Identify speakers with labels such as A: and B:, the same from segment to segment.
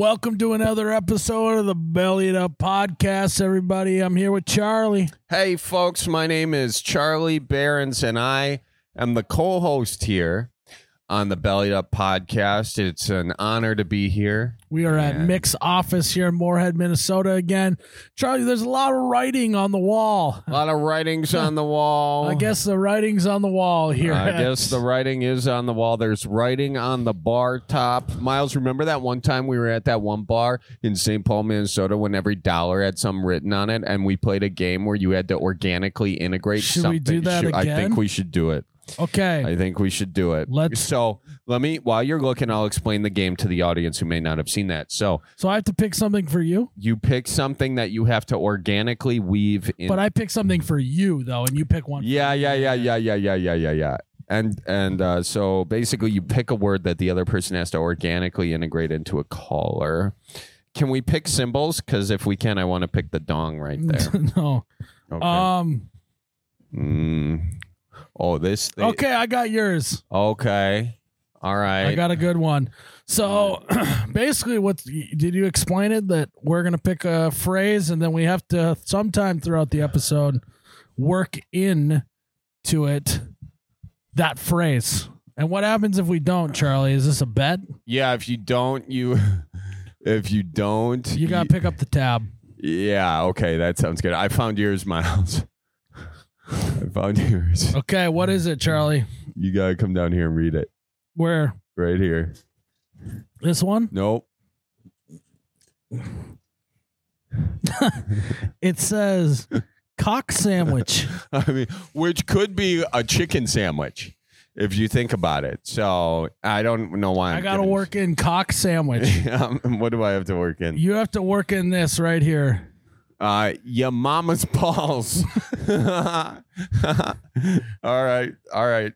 A: Welcome to another episode of the Belly It Up podcast, everybody. I'm here with Charlie.
B: Hey, folks, my name is Charlie Behrens, and I am the co host here on the Bellied Up podcast. It's an honor to be here.
A: We are at
B: And-
A: Mick's office here in Moorhead, Minnesota again. Charlie, there's a lot of writing on the wall.
B: A lot of writings on the wall.
A: I guess the writing's on the wall here.
B: Oh. I guess the writing is on the wall. There's writing on the bar top. Miles, remember that one time we were at that one bar in St. Paul, Minnesota, when every dollar had some written on it, and we played a game where you had to organically integrate
A: Should we
B: something.
A: do that
B: Should- I
A: again?
B: think we should do it.
A: okay.
B: I think we should do it.
A: Let's-
B: So let me while you're looking, I'll explain the game to the audience who may not have seen that. So
A: So I have to pick something for you,
B: you pick something that you have to organically weave in.
A: but I pick something for you though, and you pick one.
B: yeah, yeah, yeah, yeah, yeah, yeah, yeah, yeah, yeah. And and uh, so basically, you pick a word that the other person has to organically integrate into a caller. Can we pick symbols? Because if we can, I want to pick the dong right
A: Mm.
B: there.
A: no.
B: Okay.
A: Um.
B: Mm. Oh, this. Thing.
A: Okay, I got yours.
B: Okay. All right.
A: I got a good one. So basically, what did you explain it that we're gonna pick a phrase and then we have to sometime throughout the episode work in to it that phrase. And what happens if we don't, Charlie? Is this a bet?
B: Yeah, if you don't, you if you don't,
A: You gotta pick up the tab.
B: yeah, okay, that sounds good. I found yours, Miles. I found yours.
A: Okay, what is it, Charlie?
B: You gotta come down here and read it
A: Where
B: right here.
A: this one?
B: Nope.
A: It says cock sandwich.
B: I mean, which could be a chicken sandwich if you think about it. So I don't know why. I'm
A: I gotta
B: getting-
A: work in cock sandwich.
B: Um, what do I have to work in?
A: You have to work in this right here.
B: Uh, your mama's balls. all right, all right.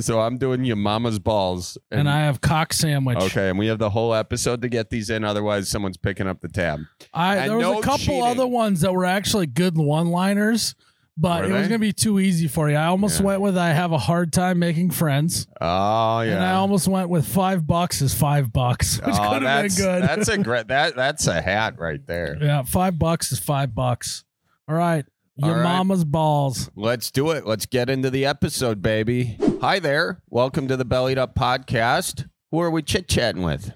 B: So I'm doing your mama's balls,
A: And, I have cock sandwich.
B: Okay, and we have the whole episode to get these in. Otherwise, someone's picking up the tab.
A: I
B: And
A: there was
B: no
A: a couple
B: cheating.
A: other ones that were actually good one-liners, but
B: Were
A: it was
B: they?
A: gonna be too easy for you. I almost
B: Yeah.
A: went with I have a hard time making friends,
B: Oh yeah,
A: and I almost went with five bucks is five bucks, which
B: Oh,
A: could have been
B: that's,
A: good.
B: that's a great that that's a hat right there.
A: yeah, five bucks is five bucks. All right,
B: All
A: your
B: right.
A: mama's balls.
B: Let's do it. Let's get into the episode, baby. Hi there. Welcome to the Bellied Up podcast. Who are we chit chatting with?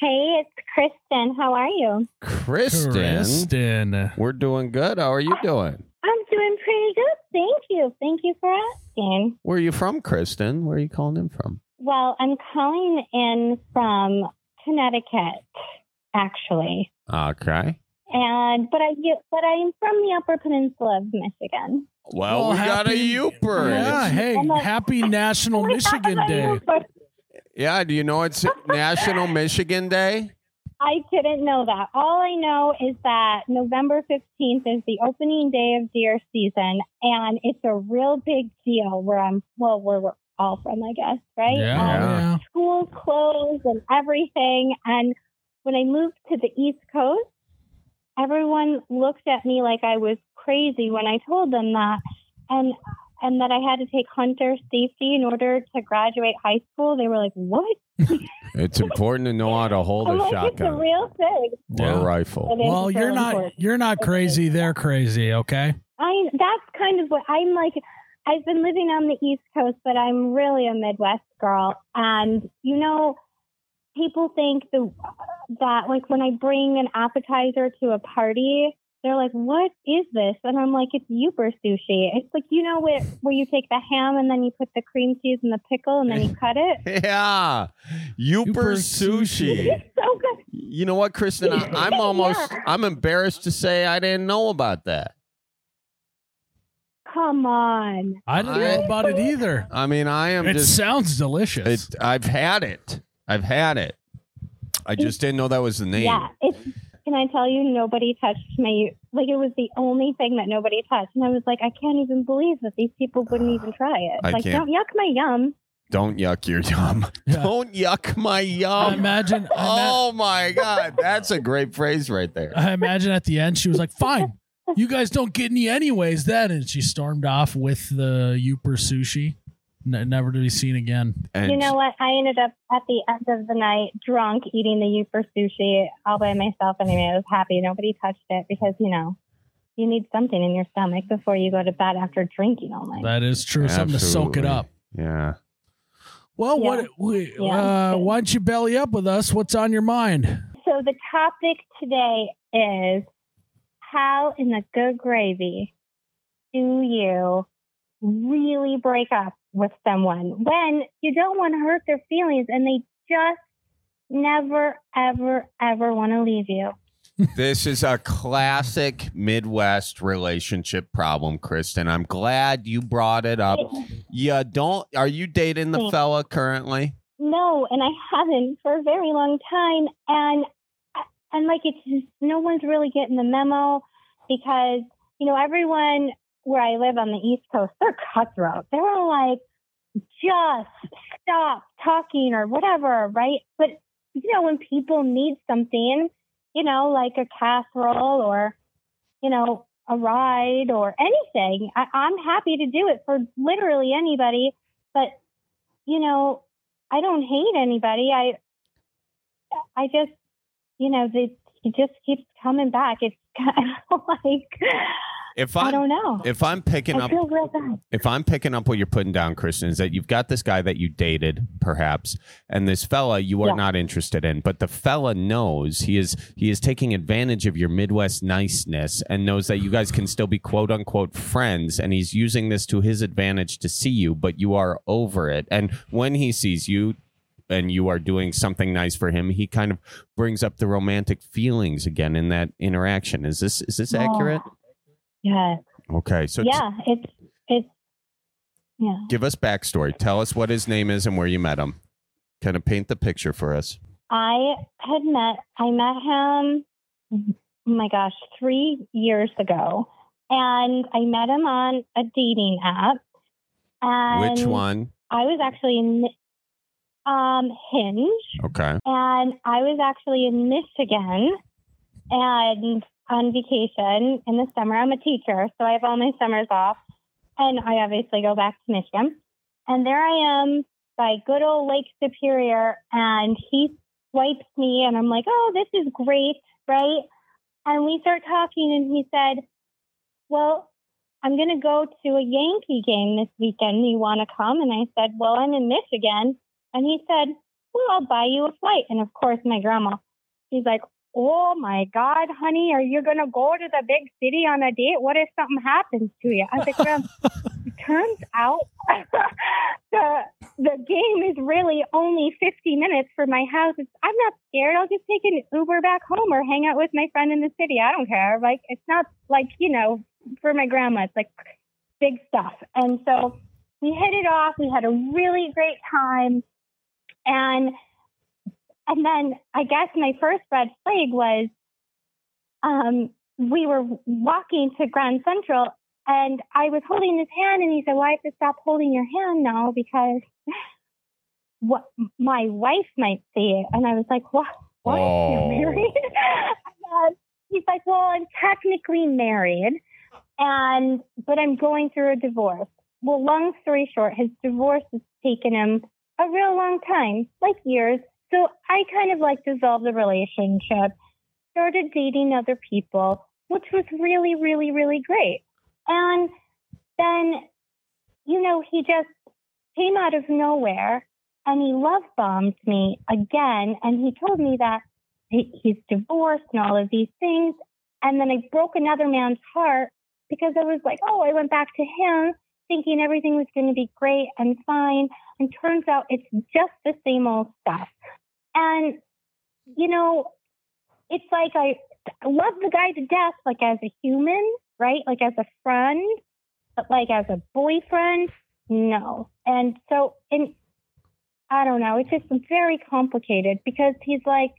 C: Hey, it's Kristen. How are you?
B: Kristen.
A: Kristen.
B: We're doing good. How are you doing?
C: I'm doing pretty good. Thank you. Thank you for asking.
B: Where are you from, Kristen? Where are you calling in from?
C: Well, I'm calling in from Connecticut, actually.
B: Okay.
C: And but I but I'm from the Upper Peninsula of Michigan.
B: Well,
A: Well,
B: we got a
A: happy-
B: youper.
A: Yeah,
B: It's-
A: hey,
C: I'm a-
A: happy
C: Oh
A: National Michigan Day.
B: yeah. Do you know it's National Michigan Day?
C: I didn't know that. All I know is that November 15th is the opening day of deer season, and it's a real big deal where I'm, well, where we're all from, I guess, right? Um,
A: Yeah,
C: school closed and everything. And when I moved to the East Coast, everyone looked at me like I was crazy when I told them that, and and that I had to take hunter safety in order to graduate high school. They were like, "What?"
B: It's important to know how to hold a
C: I'm like, "It's a
B: shotgun
C: real thing."
B: or
A: Yeah.
B: a rifle.
C: It is
A: Well,
C: so
A: you're not
C: important.
A: you're not crazy. They're crazy. Okay.
C: I that's kind of what I'm like. I've been living on the East Coast, but I'm really a Midwest girl. And you know, people think the that like when I bring an appetizer to a party, they're like, "What is this?" And I'm like, "It's Uber sushi." It's like you know where where you take the ham and then you put the cream cheese and the pickle and then you cut it.
B: Yeah.
A: Youper
B: Youper
A: sushi.
B: sushi.
C: So good.
B: You know what, Kristen? I, I'm almost I'm embarrassed to say I didn't know about that.
C: Come on.
A: I didn't know
B: Alright.
A: about it either.
B: I mean, I am
A: It
B: just
A: sounds
B: it,
A: delicious.
B: I've had it. I've had it. I just didn't know that was the name.
C: Yeah, it's. Can I tell you, nobody touched my like. It was the only thing that nobody touched, and I was like, I can't even believe that these people wouldn't even try it.
B: I
C: like,
B: can't-
C: don't yuck my yum.
B: Don't yuck your yum.
A: Yeah.
B: Don't yuck my
A: I
B: yum.
A: imagine. I, ima-
B: Oh my god, that's a great phrase right there.
A: I imagine at the end she was like, "Fine, you guys don't get any anyways." Then, and she stormed off with the Uper sushi. N- never to be seen again.
B: And
C: you know what? I ended up at the end of the night drunk eating the Uper sushi all by myself. Anyway, I was happy nobody touched it because you know you need something in your stomach before you go to bed after drinking all night.
A: That is true. Something to soak it
B: Absolutely.
A: up.
B: Yeah.
A: Well,
C: Yeah.
A: what we,
C: Yeah.
A: uh, why don't you belly up with us? What's on your mind?
C: So the topic today is how in the good gravy do you really break up with someone when you don't want to hurt their feelings and they just never, ever, ever want to leave you.
B: This is a classic Midwest relationship problem, Kristen. I'm glad you brought it up. Yeah, don't. Are you dating the
C: Thanks.
B: fella currently?
C: No, and I haven't for a very long time, and and like it's just no one's really getting the memo because you know everyone where I live on the East Coast they're cutthroat. They're all like, just stop talking or whatever, right? But you know when people need something, you know like a casserole or you know a ride or anything, I, I'm happy to do it for literally anybody. But you know I don't hate anybody. I I just you know the, he just keeps coming back. It's kind of like
B: If
C: I
B: I'm
C: don't know.
B: if I'm picking
C: I
B: up
C: feel real bad.
B: if I'm picking up what you're putting down, Kristen, is that you've got this guy that you dated, perhaps, and this fella you are
C: Yeah.
B: not interested in, but the fella knows he is he is taking advantage of your Midwest niceness and knows that you guys can still be quote unquote friends, and he's using this to his advantage to see you, but you are over it. And when he sees you and you are doing something nice for him, he kind of brings up the romantic feelings again in that interaction. Is this is this
C: Oh.
B: accurate?
C: Yeah,
B: Okay. So
C: yeah. It's it's yeah.
B: Give us backstory. Tell us what his name is and where you met him. Kind of paint the picture for us.
C: I had met I met him oh my gosh, three years ago. And I met him on a dating app. And
A: Um,
B: Which one?
C: I was actually in um Hinge.
B: Okay.
C: and I was actually in Michigan and on vacation in the summer. I'm a teacher, so I have all my summers off, and I obviously go back to Michigan. And there I am by good old Lake Superior, and he swipes me, and I'm like, "Oh, this is great, right?" And we start talking, and he said, "Well." I'm going to go to a Yankee game this weekend. You want to come? And I said, Well, I'm in Michigan. And he said, well, I'll buy you a flight. And of course, my grandma, she's like, Oh my God, honey, are you going to go to the big city on a date? What if something happens to you? I was like, Grandma, it turns out the, the game is really only 50 minutes from my house. It's, I'm not scared. I'll just take an Uber back home or hang out with my friend in the city. I don't care. Like, it's not like, you know, for my grandma, it's like big stuff. And so we hit it off. We had a really great time and and then I guess my first red flag was um, we were walking to Grand Central and I was holding his hand and he said, "Well, I have to stop holding your hand now because what my wife might see it." And I was like, "What? What?
B: Oh.
C: You're married?" and, uh, he's like, "Well, I'm technically married, and but I'm going through a divorce." Well, long story short, his divorce has taken him a real long time, like years. So I kind of like dissolved the relationship, started dating other people, which was really, really, really great. And then, you know, he just came out of nowhere and he love bombed me again. And he told me that he- he's divorced and all of these things. And then I broke another man's heart because I was like, oh, I went back to him thinking everything was going to be great and fine and turns out it's just the same old stuff. And you know, it's like I I love the guy to death, like as a human, right? Like as a friend, but like as a boyfriend, no. And so, and I don't know, it's just very complicated because he's like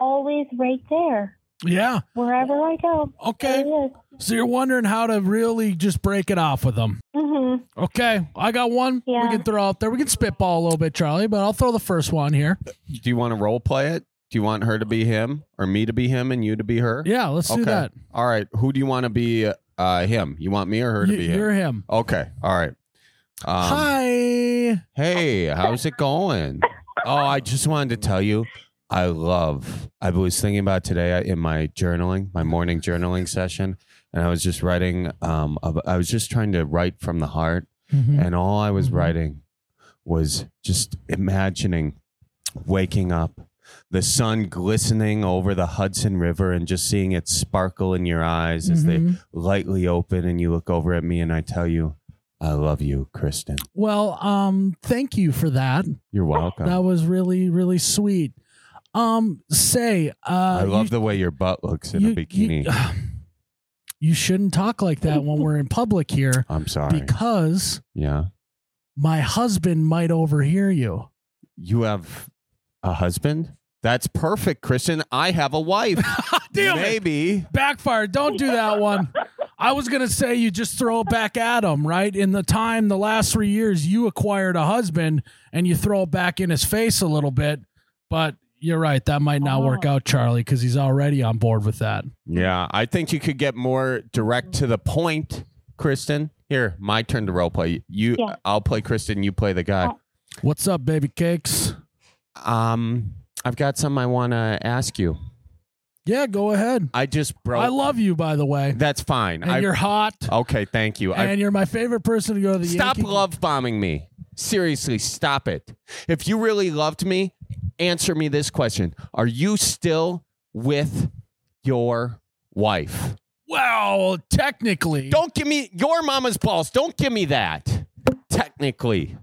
C: always right there
A: Yeah.
C: wherever I go. There
A: Okay.
C: he is.
A: So you're wondering how to really just break it off with them.
C: Mhm.
A: Okay. I got one
C: Yeah.
A: we can throw out there. We can spitball a little bit, Charlie, but I'll throw the first one here.
B: Do you want to role play it? Do you want her to be him or me to be him and you to be her?
A: Yeah, let's
B: Okay.
A: do that.
B: All right. Who do you want to be uh, him? You want me or her to
A: You-
B: be him?
A: you're him.
B: Okay. All right. Um,
A: Hi.
B: hey, how's it going? Oh, I just wanted to tell you, I love. I was thinking about today uh, in my journaling, my morning journaling session, and I was just writing. Um, ab- I was just trying to write from the heart, and all I was
A: Mhm.
B: writing was just imagining waking up, the sun glistening over the Hudson River, and just seeing it sparkle in your eyes as they
A: Mhm.
B: lightly open and you look over at me and I tell you, I love you, Kristen.
A: Well, um, thank you for that.
B: You're welcome.
A: That was really, really sweet. Um, say, uh,
B: I love the way your butt looks in a bikini.
A: You, you shouldn't talk like that when we're in public here
B: I'm sorry.
A: because
B: yeah.
A: my husband might overhear you.
B: You have a husband? That's perfect, Kristen. I have a wife.
A: Damn it.
B: Maybe.
A: Backfire. Don't do that one. I was going to say you just throw it back at him, right? In the time, the last three years, you acquired a husband and you throw it back in his face a little bit. But you're right. That might not work
C: Uh-huh.
A: out, Charlie, because he's already on board with that.
B: Yeah. I think you could get more direct to the point, Kristen. Here, my turn to role play. You
C: Yeah.
B: I'll play Kristen, you play the guy.
A: What's up, baby cakes?
B: Um I've got some I want to ask you.
A: Yeah, go ahead.
B: I just broke.
A: I love you, by the way.
B: That's fine.
A: And
B: I,
A: you're hot.
B: okay, thank you. I
A: and you're my favorite person to go to the
B: Stop
A: Yankee-
B: love bombing me. Seriously, stop it. If you really loved me, answer me this question Are you still with your wife?
A: Well, technically,
B: Don't give me your mama's balls. Don't give me that. Technically,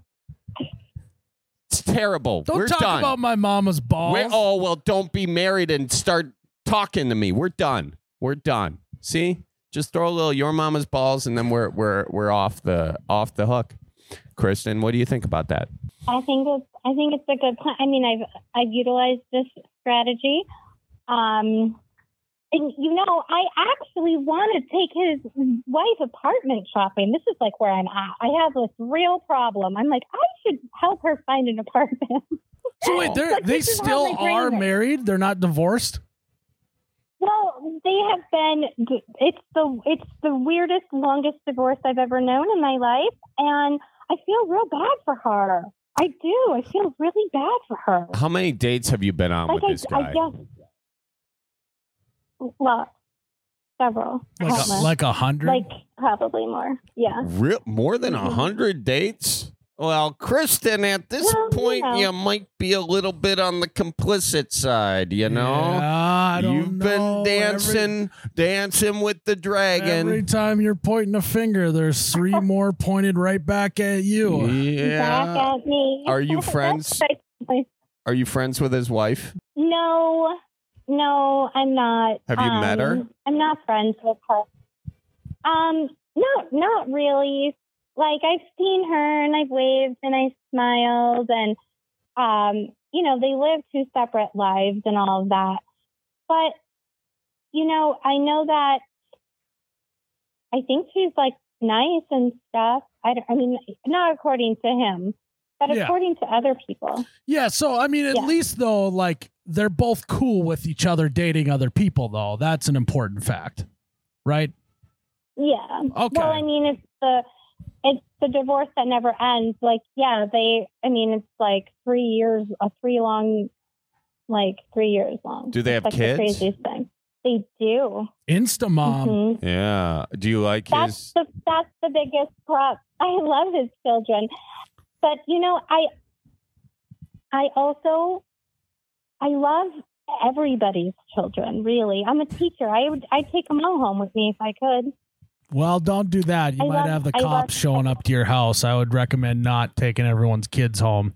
B: it's terrible.
A: Don't
B: We're
A: talk
B: done.
A: about my mama's balls.
B: We're, oh, well, don't be married and start talking to me. We're done. We're done. See? Just throw a little your mama's balls and then we're we're we're off the off the hook. Kristen, what do you think about that?
C: I think it's I think it's a good plan. I mean, I've I've utilized this strategy. Um, and you know, I actually want to take his wife apartment shopping. This is like where I'm at. I have this real problem. I'm like, I should help her find an apartment.
A: so wait, they're,
C: But
A: they
C: this is how
A: still
C: my brain
A: are
C: works.
A: married. They're not divorced.
C: Well, they have been. It's the it's the weirdest, longest divorce I've ever known in my life, and I feel real bad for her. I do. I feel really bad for her.
B: How many dates have you been on with this
C: I,
B: guy?
C: I guess. Well, several.
A: Like a,
C: countless.
A: like a hundred.
C: Like, probably more. Yeah.
B: Re- more than a
A: Mm-hmm.
C: Mhm.
B: hundred dates? Well, Kristen, at this
C: Well, you
B: point,
C: know.
B: you might be a little bit on the complicit side. You
A: Yeah,
B: know,
A: I don't
B: you've
A: know.
B: been dancing, dancing with the
A: Every,
B: dragon.
A: every time you're pointing a finger, there's three more pointed right back at you.
B: yeah.
C: Back at me.
B: Are you
C: That's
B: friends?
C: like-
B: Are you friends with his wife?
C: no, no, I'm not. um,
B: Have you met her?
C: I'm not friends with her. Um, not not really. Like I've seen her and I've waved and I smiled and um, you know, they live two separate lives and all of that. But you know, I know that I think she's like nice and stuff. I, don't- I mean, not according to him, but
A: Yeah.
C: according to other people.
A: Yeah. So I mean, at
C: Yeah.
A: least though, like they're both cool with each other dating other people, though. That's an important fact, right?
C: Yeah.
A: Okay.
C: Well, I mean, it's the it's the divorce that never ends. Like, yeah, they. I mean, it's like three years, a three long, like three years long.
B: Do they have
C: It's like
B: kids?
C: The craziest thing. They do.
A: Insta mom.
B: Um,
C: Mhm.
B: Yeah. Do you like
C: That's the that's the biggest prop. I love his children, but you know, I I also I love everybody's children. Really, I'm a teacher. I would I would take them all home with me if I could.
A: Well, don't do that. You
C: Mm-hmm. I
A: might
C: love-
A: have the
C: I
A: cops
C: love-
A: showing up to your house. I would recommend not taking everyone's kids home.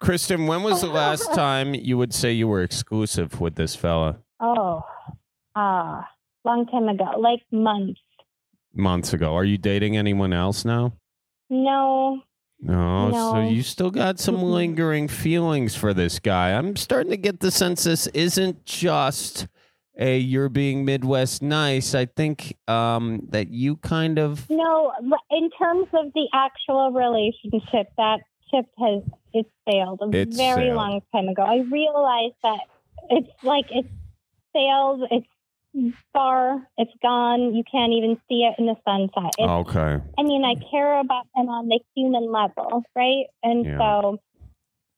B: Kristen, when was the last time you would say you were exclusive with this fella?
C: Oh, ah, long time ago, like months.
B: Months ago. Are you dating anyone else now?
C: No,
B: No, Oh, so
C: No.
B: you still got some
C: Mhm.
B: lingering feelings for this guy. I'm starting to get the sense this isn't just a you're being Midwest nice. I think um, that you kind of
C: no. In terms of the actual relationship, that ship has it's sailed a
B: It's
C: very
B: sailed.
C: long time ago. I realized that it's like it's sailed. It's bar. It's gone. You can't even see it in the sunset. It's,
B: Okay.
C: I mean,
B: Mm.
C: I care about them on the human level, right? And
B: Yeah.
C: so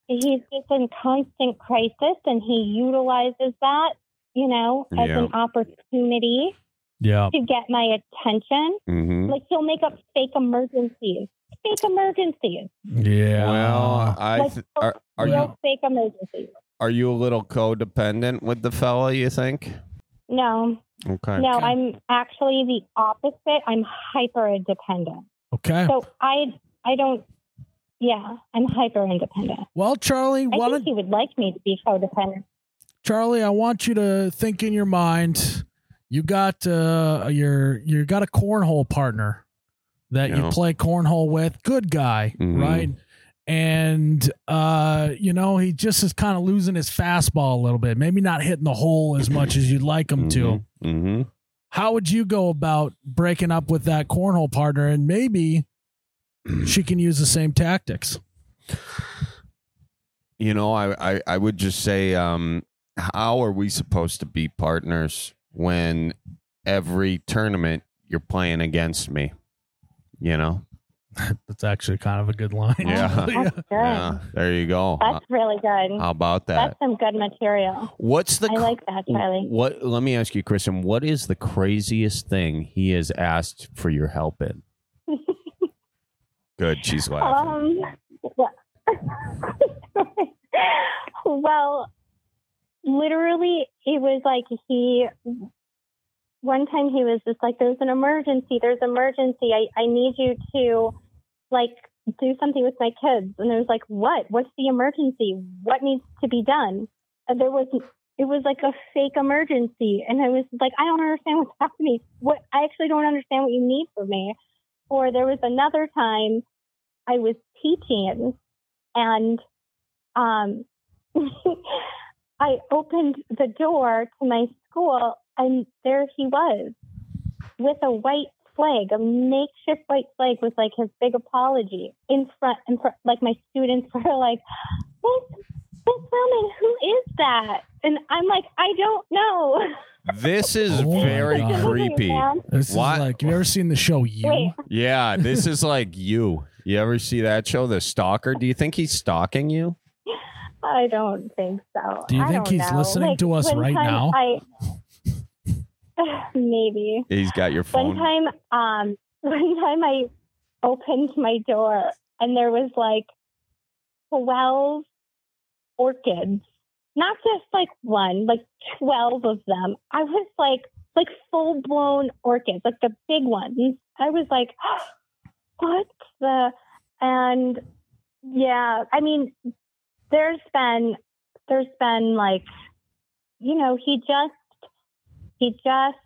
C: he's just in constant crisis, and he utilizes that, you know, as
B: Yeah.
C: an opportunity
D: Yeah.
C: to get my attention.
B: Mm-hmm.
C: Like he'll make up fake emergencies, fake emergencies,
A: Yeah.
B: Well, I
C: Like,
B: th- are, are
C: real
B: you
C: fake emergencies.
B: are you a little codependent with the fella? You think?
C: No,
B: Okay.
C: no,
A: Okay.
C: I'm actually the opposite. I'm hyper independent.
A: okay.
C: So I, I don't. Yeah, I'm hyper independent.
A: Well, Charlie,
C: I
A: why don't,
C: think he would like me to be codependent.
A: Charlie, I want you to think in your mind. You got uh, your you got a cornhole partner that you
B: Yeah.
A: play cornhole with. Good guy,
B: Mhm.
A: right? And uh, you know he just is kind of losing his fastball a little bit. Maybe not hitting the hole as much as you'd like him to.
B: Mm-hmm.
A: How would you go about breaking up with that cornhole partner? And maybe she can use the same tactics.
B: You know, I, I, I would just say, um, how are we supposed to be partners when every tournament you're playing against me? You know?
A: That's actually kind of a good line.
B: Yeah.
C: That's good.
B: Yeah. There you go.
C: That's really good.
B: how about that?
C: That's some good material.
B: What's the
C: I like that, Charlie.
B: what? Let me ask you, Kristen. What is the craziest thing he has asked for your help in? Good, she's laughing.
C: Um, well, literally, it was like he. One time he was just like, "There's an emergency. There's emergency. I I need you to, like, do something with my kids." And I was like, "What? What's the emergency? What needs to be done?" And there was. It was like a fake emergency, and I was like, "I don't understand what's happening. What I actually don't understand what you need from me." Or there was another time I was teaching and um, I opened the door to my school and there he was with a white flag, a makeshift white flag with like his big apology in front, in front like my students were like, this, this woman, who is that? And I'm like, I don't know.
B: This is
A: Oh my
B: very
A: God.
B: creepy.
A: This is
B: What?
A: like, you ever seen the show You?
C: Wait,
B: Yeah, this is like you. You ever see that show, The Stalker? Do you think he's stalking you?
C: I don't think so.
A: Do you
C: I
A: think
C: don't
A: he's
C: know.
A: listening to us
C: one
A: right
C: time
A: now?
C: I, maybe.
B: He's got your phone.
C: One time, um, one time I opened my door and there was like 12 orchids. Not just like one, like 12 of them. I was like, like full blown orchids, like the big ones. I was like, what the? And yeah, I mean, there's been, there's been like, you know, he just, he just,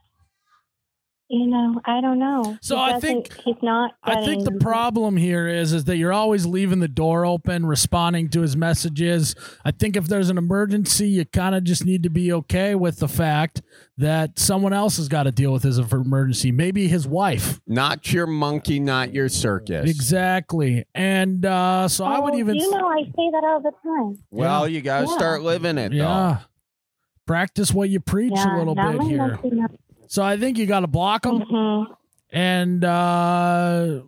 C: you know, I don't know.
A: So
C: He
A: I
C: doesn't-
A: think-
C: he's not.
A: I think the
C: getting-
A: problem here is is that you're always leaving the door open, responding to his messages. I think if there's an emergency, you kind of just need to be okay with the fact that someone else has got to deal with his emergency. Maybe his wife.
B: Not your monkey, not your circus.
A: Exactly. And uh, so I would
C: Oh,
A: even
C: You know, I say that all the time.
B: Well, you gotta
C: Yeah.
B: start living it
A: yeah. Practice what you preach
C: yeah,
A: a
B: a
A: little
C: that
A: bit
C: one
A: here.
C: must be not-
A: So I think you got to block him.
C: Mhm.
A: And uh,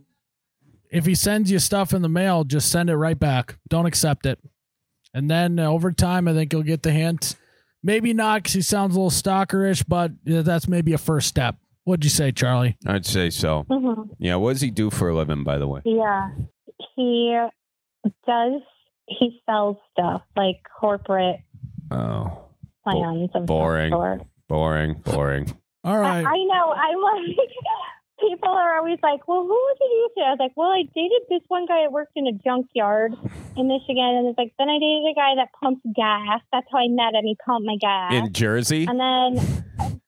A: if he sends you stuff in the mail, just send it right back. Don't accept it. And then uh, over time, I think you'll get the hint. Maybe not because he sounds a little stalkerish, but uh, that's maybe a first step. What'd you say, Charlie?
B: though. I'd say so.
C: Mhm.
B: Yeah, what does he do for a living, by the way?
C: Yeah. He does, he sells stuff like corporate
B: Oh.
C: plans of some
B: boring.
C: sort.
B: Boring, boring.
A: All
C: I,
A: right.
C: I know. I'm like, people are always like, well, who did you date? I was like, well, I dated this one guy that worked in a junkyard in Michigan. And it's like, then I dated a guy that pumps gas. That's how I met him. He pumped my gas.
B: In Jersey?
C: And then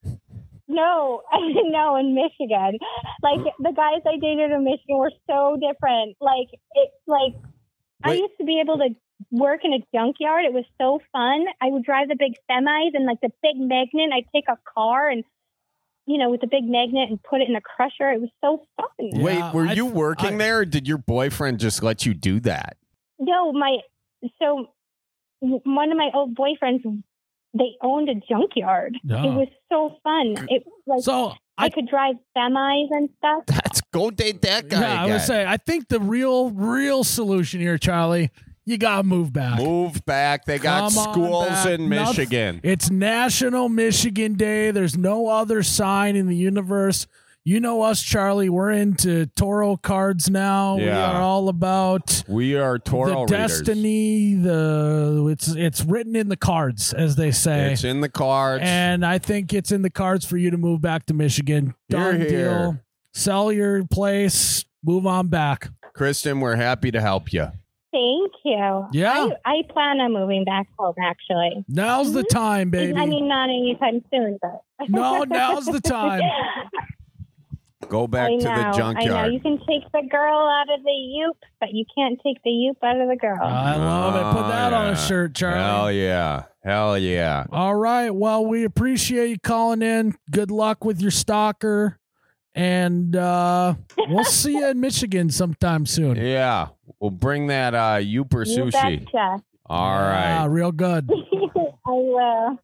C: no, no, in Michigan, like the guys I dated in Michigan were so different. Like it, like I
B: Wait.
C: used to be able to work in a junkyard. It was so fun. I would drive the big semis and like the big magnet. I'd take a car and you know with the big magnet and put it in a crusher. It was so fun.
A: Yeah,
B: Wait, were
A: I-
B: you working
A: I-
B: there or did your boyfriend just let you do that?
C: No, my so w- one of my old boyfriends they owned a junkyard.
A: Yeah.
C: It was so fun. It like
A: So
C: I,
A: I
C: could drive semis and stuff.
B: That's go date that guy.
A: yeah, I would
B: again.
A: say I think the real real solution here, Charlie, you gotta move back.
B: Move back. They got
A: Come on
B: schools
A: back.
B: in
A: Noth-
B: Michigan.
A: It's National Michigan Day. There's no other sign in the universe. You know us, Charlie. We're into Toro cards now. We
B: Yeah.
A: are all about
B: we are Toro
A: the
B: readers.
A: destiny. The it's it's written in the cards, as they say.
B: It's in the cards.
A: and I think it's in the cards for you to move back to Michigan. Done
B: Hear, hear.
A: deal. Sell your place. Move on back.
B: Kristen, we're happy to help you.
C: Thank you.
A: Yeah.
C: I, I plan on moving back home actually.
A: Now's the
C: Mhm.
A: time, baby.
C: I mean not anytime soon, but
A: no, now's the time.
B: Go back to
C: I know,
B: the
C: I know.
B: junkyard.
C: You can take the girl out of the youp, but you can't take the youp out of the girl.
A: I love it. Put that on
B: Oh, yeah.
A: a shirt, Charlie.
B: Hell yeah. Hell yeah.
A: All right. Well, we appreciate you calling in. Good luck with your stalker. And uh, we'll see you in Michigan sometime soon.
B: Yeah. We'll bring that uh Uper
C: you
B: sushi.
C: betcha.
B: All right.
A: Ah, real good.
C: I will.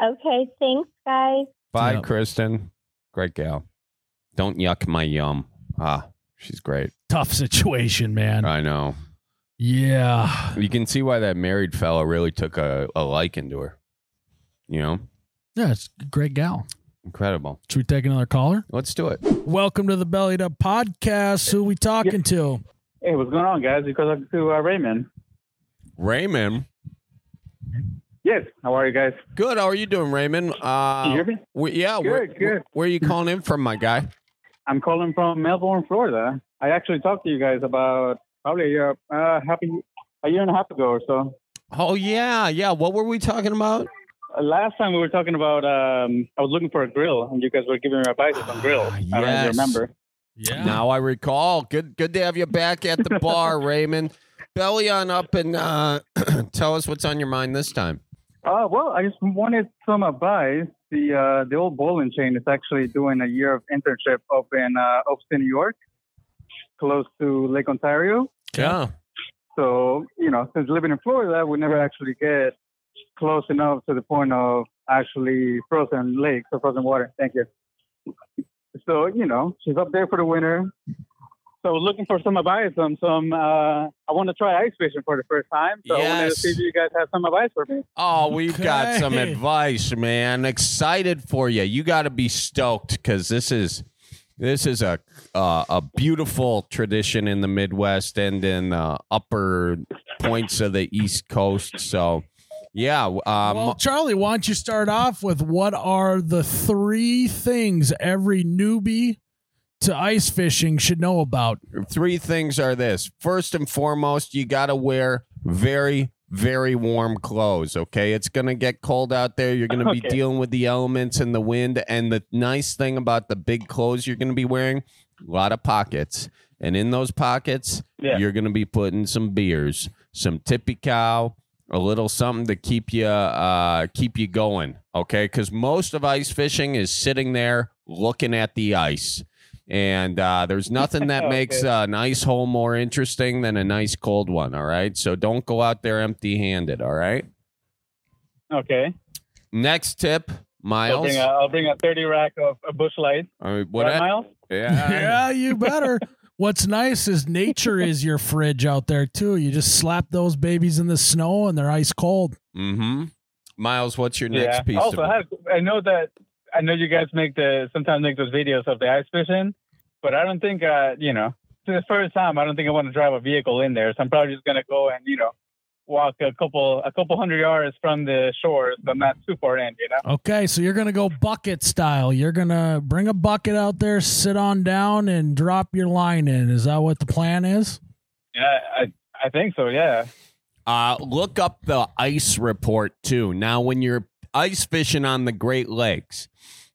C: Okay, thanks, guys.
B: Bye,
A: Yeah.
B: Kristen. Great gal. Don't yuck my yum. Ah, she's great.
A: Tough situation, man.
B: I know.
A: Yeah.
B: You can see why that married fella really took a, a liking to her. You know?
A: Yeah, it's a great gal.
B: Incredible.
A: Should we take another caller?
B: Let's do it.
A: Welcome to the Bellied Up Podcast. Who we talking to?
E: Hey, what's going on, guys? Because I'm to uh, Raymond.
B: Raymond.
E: Yes, how are you guys?
B: Good. How are you doing, Raymond?
E: Can you
B: Uh,
E: hear me?
B: we, yeah. where,
E: Good, good.
B: Where are you calling in from, my guy?
E: I'm calling from Melbourne, Florida. I actually talked to you guys about probably a year, uh, happy, a year and a half ago or so.
B: Oh, yeah. Yeah. What were we talking about?
E: Uh, Last time we were talking about, um, I was looking for a grill, and you guys were giving me advice on grill. I don't know if
B: Ah, Yes.
E: you remember.
A: Yeah.
B: Now I recall. Good good to have you back at the bar, Raymond. Belly on up and uh, tell us what's on your mind this time.
E: Uh, well, I just wanted some advice. The uh, the old bowling chain is actually doing a year of internship up in uh, Upstate New York, close to Lake Ontario.
B: Yeah.
E: So, you know, since living in Florida, we never actually get close enough to the point of actually frozen lakes or frozen water. Thank you. So, you know, she's up there for the winter. So I was looking for some advice on some, uh, I want to try ice fishing for the first time. So I wanted to
B: Yes.
E: see if you guys have some advice for me.
B: Oh, we've got some
A: Okay.
B: advice, man. Excited for you. You got to be stoked because this is this is a uh, a beautiful tradition in the Midwest and in the upper points of the East Coast. So, yeah, um,
A: well, Charlie, why don't you start off with what are the three things every newbie to ice fishing should know about?
B: three things are this. First and foremost, you got to wear very, very warm clothes. Okay. It's going to get cold out there. You're going to be
E: Okay.
B: dealing with the elements and the wind. And the nice thing about the big clothes you're going to be wearing, a lot of pockets. And in those pockets,
E: Yeah.
B: you're going to be putting some beers, some tippy cow, a little something to keep you uh keep you going, okay? Cuz most of ice fishing is sitting there looking at the ice. And uh, there's nothing
E: Oh,
B: that makes uh, an ice hole more interesting than a nice cold one, all right? So don't go out there empty-handed, all right?
E: Okay.
B: Next tip,
E: I'll
B: Miles.
E: bring, a, I'll bring a 30 rack of, of bush light.
B: All right, what
E: Right,
B: I-
E: Miles?
A: yeah, you better. What's nice is nature is your fridge out there too. You just slap those babies in the snow and they're ice cold.
B: Mhm. Miles, what's your next
E: yeah.
B: piece
E: also,
B: of
E: I, had, I know that I know you guys make the sometimes make those videos of the ice fishing, but I don't think uh, you know for the first time I don't think I want to drive a vehicle in there, so I'm probably just gonna go and you know walk a couple a couple hundred yards from the shore, so I'm not too far in, you know.
A: Okay, so you're gonna go bucket style. You're gonna bring a bucket out there, sit on down, and drop your line in. Is that what the plan is?
E: Yeah, I I think so. Yeah.
B: Uh, look up the ice report too. Now, when you're ice fishing on the Great Lakes,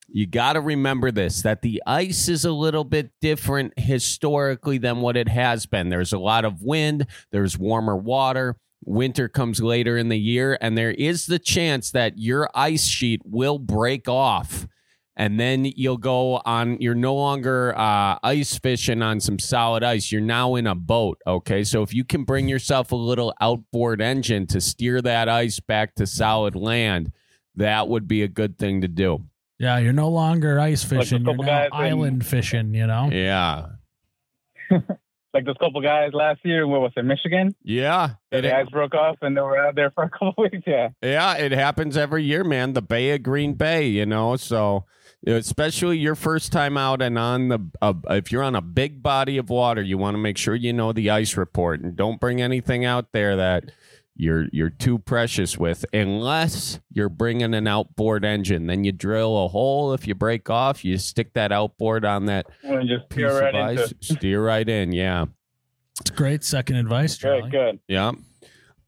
B: you got to remember this that the ice is a little bit different historically than what it has been. There's a lot of wind, there's warmer water. Winter comes later in the year, and there is the chance that your ice sheet will break off and then you'll go on. You're no longer uh, ice fishing on some solid ice. You're now in a boat. Okay, so if you can bring yourself a little outboard engine to steer that ice back to solid land, that would be a good thing to do.
A: Yeah, you're no longer ice
E: a
A: fishing.
E: couple
A: you're now
E: guys in-
A: island fishing. You know.
B: Yeah,
E: Like those couple guys last year, what was it, Michigan?
B: yeah.
E: The
B: It-
E: guys broke off and they were out there for a couple weeks. Yeah.
B: Yeah, it happens every year, man. The Bay of Green Bay, you know. So, especially your first time out and on the, uh, if you're on a big body of water, you want to make sure you know the ice report and don't bring anything out there that you're you're too precious with, unless you're bringing an outboard engine. Then you drill a hole. If you break off, you stick that outboard on that
E: And just
B: piece
E: peer right
B: of
E: into
B: ice,
E: it.
B: steer right in. Yeah.
A: It's great second advice, Charlie.
E: Good, good.
B: Yeah.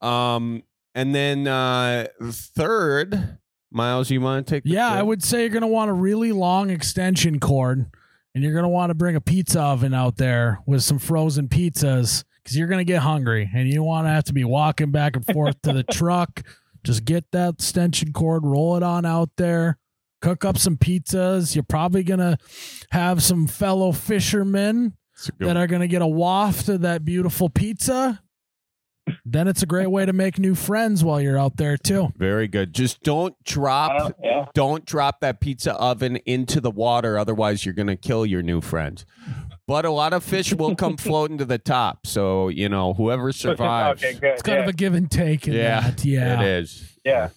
B: Um, and then uh third, Miles, you want to take? The
A: Yeah,
B: third?
A: I would say you're going to want a really long extension cord, and you're going to want to bring a pizza oven out there with some frozen pizzas because you're going to get hungry and you want to have to be walking back and forth to the truck. Just get that extension cord, roll it on out there, cook up some pizzas. You're probably going to have some fellow fishermen
B: It's a good
A: that are going to get a waft of that beautiful pizza. Then it's a great way to make new friends while you're out there, too.
B: Very good. Just don't
E: I
B: drop
E: don't, yeah.
B: don't drop that pizza oven into the water, otherwise you're gonna kill your new friend. But a lot of fish will come floating to the top. So, you know, whoever survives.
E: Okay, good.
A: It's kind
E: Yeah.
A: of a give and take in
B: Yeah,
A: that. Yeah.
B: It is.
E: yeah.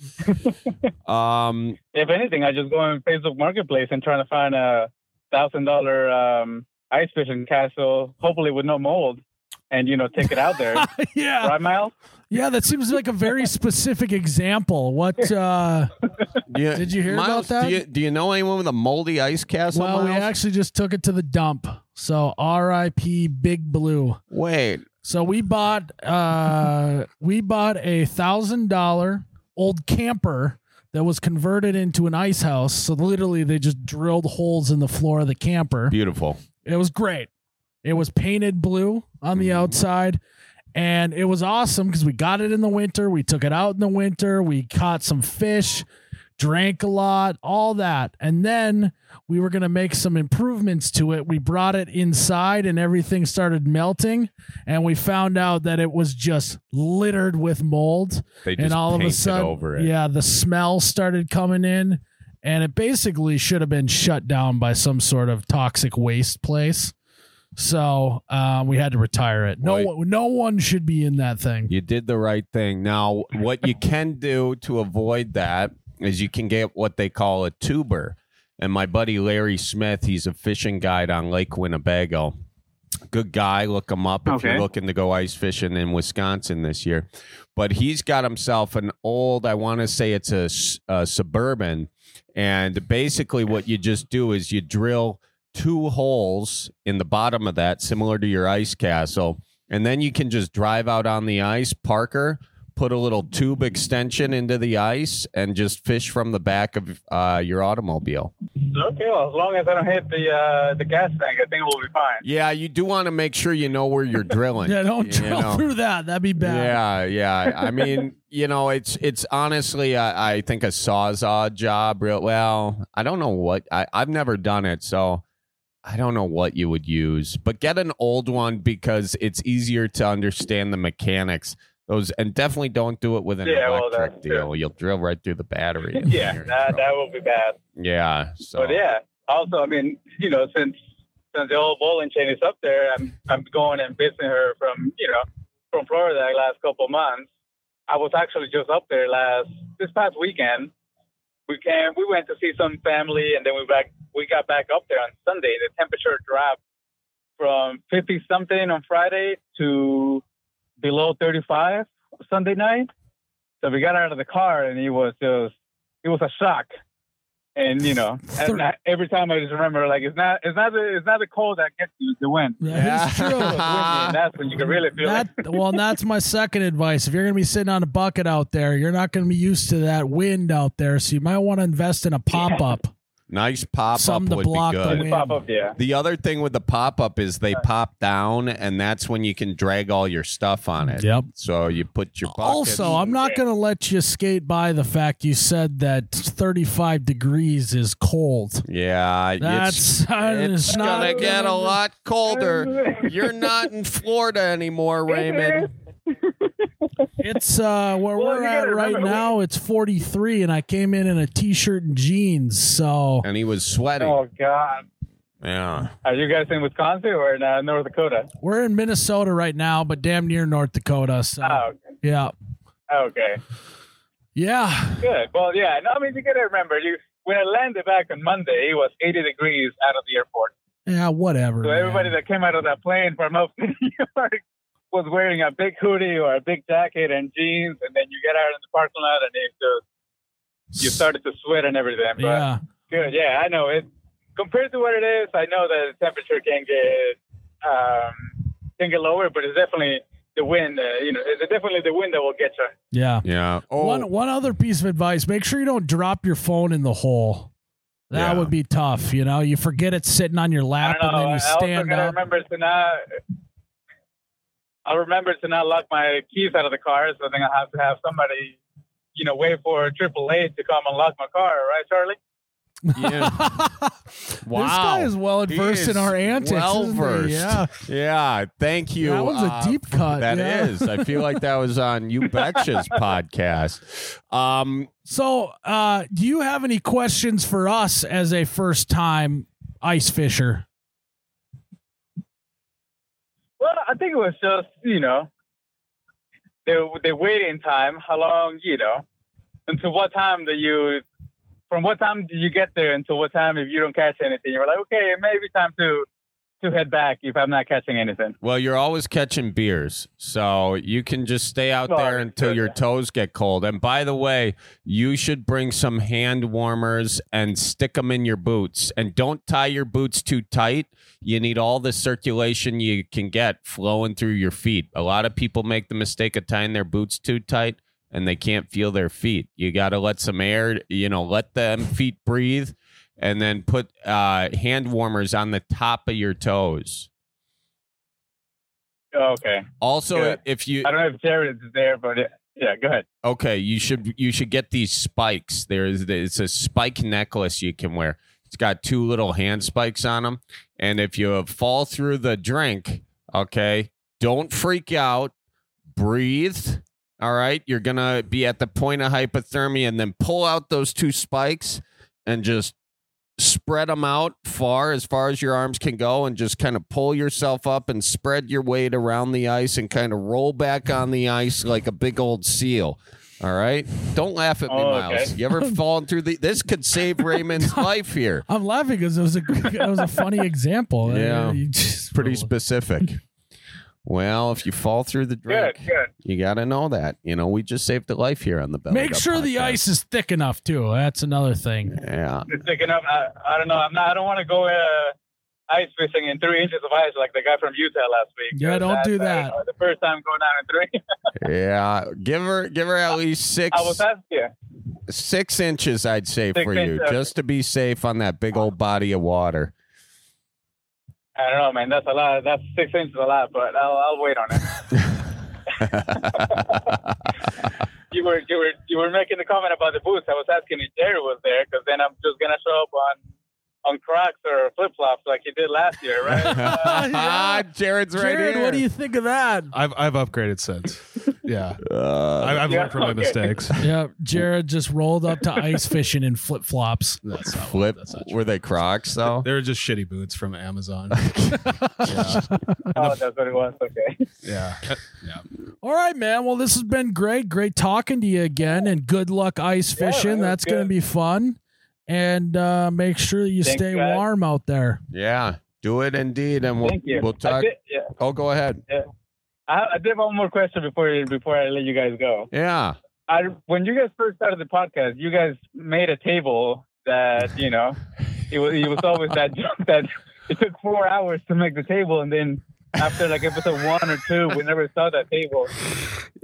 B: Um
E: If anything, I just go on Facebook Marketplace and trying to find a thousand dollar um ice fishing castle, hopefully with no mold, and you know, take it out there.
A: yeah.
E: right, Miles?
A: Yeah, that seems like a very specific example. What uh
B: do you-
A: Did you hear about
B: Miles,
A: that?
B: Do you, do you know anyone with a moldy ice castle?
A: well, we
B: Miles?
A: actually just took it to the dump. So RIP Big Blue.
B: Wait.
A: So we bought uh we bought a thousand dollar old camper that was converted into an ice house. So literally they just drilled holes in the floor of the camper.
B: Beautiful.
A: It was great. It was painted blue on the
B: Mhm.
A: outside. And it was awesome because we got it in the winter. We took it out in the winter. We caught some fish, drank a lot, all that. And then we were going to make some improvements to it. We brought it inside and everything started melting. And we found out that it was just littered with mold
B: They just
A: and all of a
B: painted
A: sudden,
B: over it. Mm-hmm.
A: yeah, the smell started coming in, and it basically should have been shut down by some sort of toxic waste place. So um, we had to retire it. No,
B: Right.
A: one, no one should be in that thing.
B: You did the right thing. Now, what you can do to avoid that is you can get what they call a tuber. And my buddy Larry Smith, he's a fishing guide on Lake Winnebago. Good guy. Look him up if
D: Okay.
B: you're looking to go ice fishing in Wisconsin this year. But he's got himself an old, I want to say it's a, s- a suburban. And basically, what you just do is you drill two holes in the bottom of that, similar to your ice castle. And then you can just drive out on the ice, Parker, put a little tube extension into the ice and just fish from the back of uh, your automobile.
E: Okay, well, as long as I don't hit the uh, the gas tank, I think we'll be fine.
B: Yeah, you do want to make sure you know where you're drilling.
A: Yeah, don't
B: you
A: drill
B: know.
A: through that. That'd be bad.
B: Yeah, yeah. I mean, you know, it's it's honestly, I, I think a sawzall job. Real well, I don't know what I, I've never done it, so I don't know what you would use. But get an old one because it's easier to understand the mechanics. Those and definitely don't do it with an
E: Yeah, well,
B: electric
E: that's true.
B: deal. You'll drill right through the battery. and
E: Yeah,
B: you're in
E: that
B: trouble.
E: that will be bad.
B: yeah. So
E: But yeah, also, I mean, you know, since since the old bowling chain is up there, I'm I'm going and visiting her from you know from Florida the last couple months. I was actually just up there last this past weekend. We came, we went to see some family, and then we back we got back up there on Sunday. The temperature dropped from fifty something on Friday to below thirty five Sunday night. So we got out of the car, and it was just it was a shock. And you know, and I- every time I just remember, like it's not, it's not, the, it's not the cold that gets you, it's the wind.
A: That is
B: Yeah.
A: true.
E: It's windy, and that's when you can really feel it.
A: That- well, and that's my second advice. If you're going to be sitting on a bucket out there, you're not going to be used to that wind out there. So you might want to invest in a pop up.
B: Nice pop up
A: Some to
B: would
A: block
B: be
A: the
B: good.
A: wind.
E: Pop up, yeah.
B: The other thing with the pop up is they pop down, and that's when you can drag all your stuff on it.
A: Yep.
B: So you put your buckets.
A: Also, I'm not going to let you skate by the fact you said that 35 degrees is cold.
B: yeah, it's,
A: That's uh, it's,
B: it's
A: not
B: gonna get a lot colder. You're not in Florida anymore, Raymond.
A: It's uh where
E: Well,
A: we're
E: you
A: at
E: gotta
A: right
E: remember-
A: now. It's 43, and I came in in a t-shirt and jeans. So
B: And he was sweating.
E: Oh God,
B: Yeah.
E: are you guys in Wisconsin or in uh, North Dakota?
A: we're in Minnesota right now, but damn near North Dakota. So
E: Oh,
A: yeah,
E: okay,
A: yeah.
E: good. Well, yeah. No, I mean you gotta remember you when I landed back on Monday, it was 80 degrees out of the airport.
A: Yeah, whatever.
E: So
A: man.
E: everybody that came out of that plane from up in New York was wearing a big hoodie or a big jacket and jeans, and then you get out in the parking lot and it just, you uh, started to sweat and everything. But
A: Yeah,
E: Good. Yeah, I know it. Compared to what it is, I know that the temperature can get um, can get lower, but it's definitely the wind. Uh, you know, it's definitely the wind that will get you.
A: yeah.
B: Yeah. Oh,
A: One one other piece of advice: make sure you don't drop your phone in the hole. That
B: Yeah.
A: would be tough. You know, you forget it's sitting on your
E: I
A: lap,
E: don't
A: and
E: know.
A: then
E: I
A: you
E: also
A: stand
E: gotta
A: up.
E: remember to not. I'll remember to not lock my keys out of the car, so then I'll have to have somebody, you know, wait for AAA to come and lock my car, right, Charlie?
B: yeah.
A: This guy
B: wow.
A: is well
B: He
A: versed in
B: is
A: our antics.
B: Well
A: isn't he?
B: versed.
A: Yeah,
B: Yeah. Thank you.
A: that one's
B: uh,
A: a deep cut.
B: That is.
A: yeah.
B: I feel like that was on You Betcha's podcast. Um,
A: So, uh, do you have any questions for us as a first time ice fisher?
E: Well, I think it was just you know the the waiting time. How long you know until what time do you from what time do you get there until what time if you don't catch anything you're like okay it may be time to to head back if I'm not catching anything.
B: well, you're always catching beers, so you can just stay out
E: Well,
B: there until
E: good.
B: your toes get cold. And by the way, you should bring some hand warmers and stick them in your boots. And don't tie your boots too tight. You need all the circulation you can get flowing through your feet. A lot of people make the mistake of tying their boots too tight. and they can't feel their feet. You got to let some air, you know, let them feet breathe and then put uh, hand warmers on the top of your toes.
E: Okay,
B: Also,
E: Good.
B: if you
E: I don't know if Jared is there, but it, yeah, go ahead.
B: okay, you should you should get these spikes. There is it's a spike necklace you can wear. It's got two little hand spikes on them, and if you fall through the drink, okay, don't freak out. Breathe. All right, you're gonna be at the point of hypothermia, and then pull out those two spikes and just spread them out far as far as your arms can go and just kind of pull yourself up and spread your weight around the ice and kind of roll back on the ice like a big old seal. All right. Don't laugh at me,
E: Oh, okay.
B: Miles. You ever fallen through the this could save Raymond's life here.
A: I'm laughing because it was a that was a funny example.
B: Yeah.
A: Uh, you just-
B: Pretty specific. Well, if you fall through the
E: Good,
B: drink,
E: good.
B: you got to know that. You know, we just saved a life here on the Belly
A: Make
B: Up
A: sure the
B: Podcast.
A: ice is thick enough too. That's another thing.
B: Yeah.
E: It's picking up. I, I don't know. I'm not. I don't want to go uh, ice fishing in three inches of ice like the guy from Utah last week.
A: Yeah, don't do
E: That's, uh, the first time going out in three.
B: Yeah. Give her give her at least six
E: I was asking. you.
B: six inches, I'd say,
E: Six
B: for you,
E: inches.
B: just to be safe on that big old body of water.
E: I don't know, man. That's a lot. That's six inches a lot, but I'll, I'll wait on it. You were you were you were making the comment about the boots. I was asking if Jerry was there because then I'm just gonna show up on on Crocs or flip flops like he did last year, right?
A: Yeah.
B: Jared's right
A: Jared,
B: here.
A: what do you think of that?
F: I've I've upgraded since. Yeah,
B: Uh,
F: I, I've
E: Yeah,
F: learned from my
E: okay.
F: mistakes.
A: yeah, Jared just rolled up to ice fishing in flip flops.
F: That's not
B: flip?
F: That's not true.
B: Were they Crocs though?
F: They were just shitty boots from Amazon. yeah,
E: oh, that's what it was. Okay.
F: yeah.
A: All right, man. Well, this has been great. Great talking to you again, and good luck ice
E: Yeah,
A: fishing.
E: man, it was
A: That's going to
E: good.
A: be fun. And uh, make sure you
E: Thanks,
A: stay
E: guys.
A: warm out there.
B: yeah, do it indeed, and we'll
E: Thank you.
B: we'll
E: I
B: talk.
E: did, yeah,
B: Oh, go ahead.
E: I, I did one more question before you- before I let you guys go.
B: Yeah,
E: I when you guys first started the podcast, you guys made a table that you know it was it was always that joke that it took four hours to make the table, and then after like episode one or two, we never saw that table.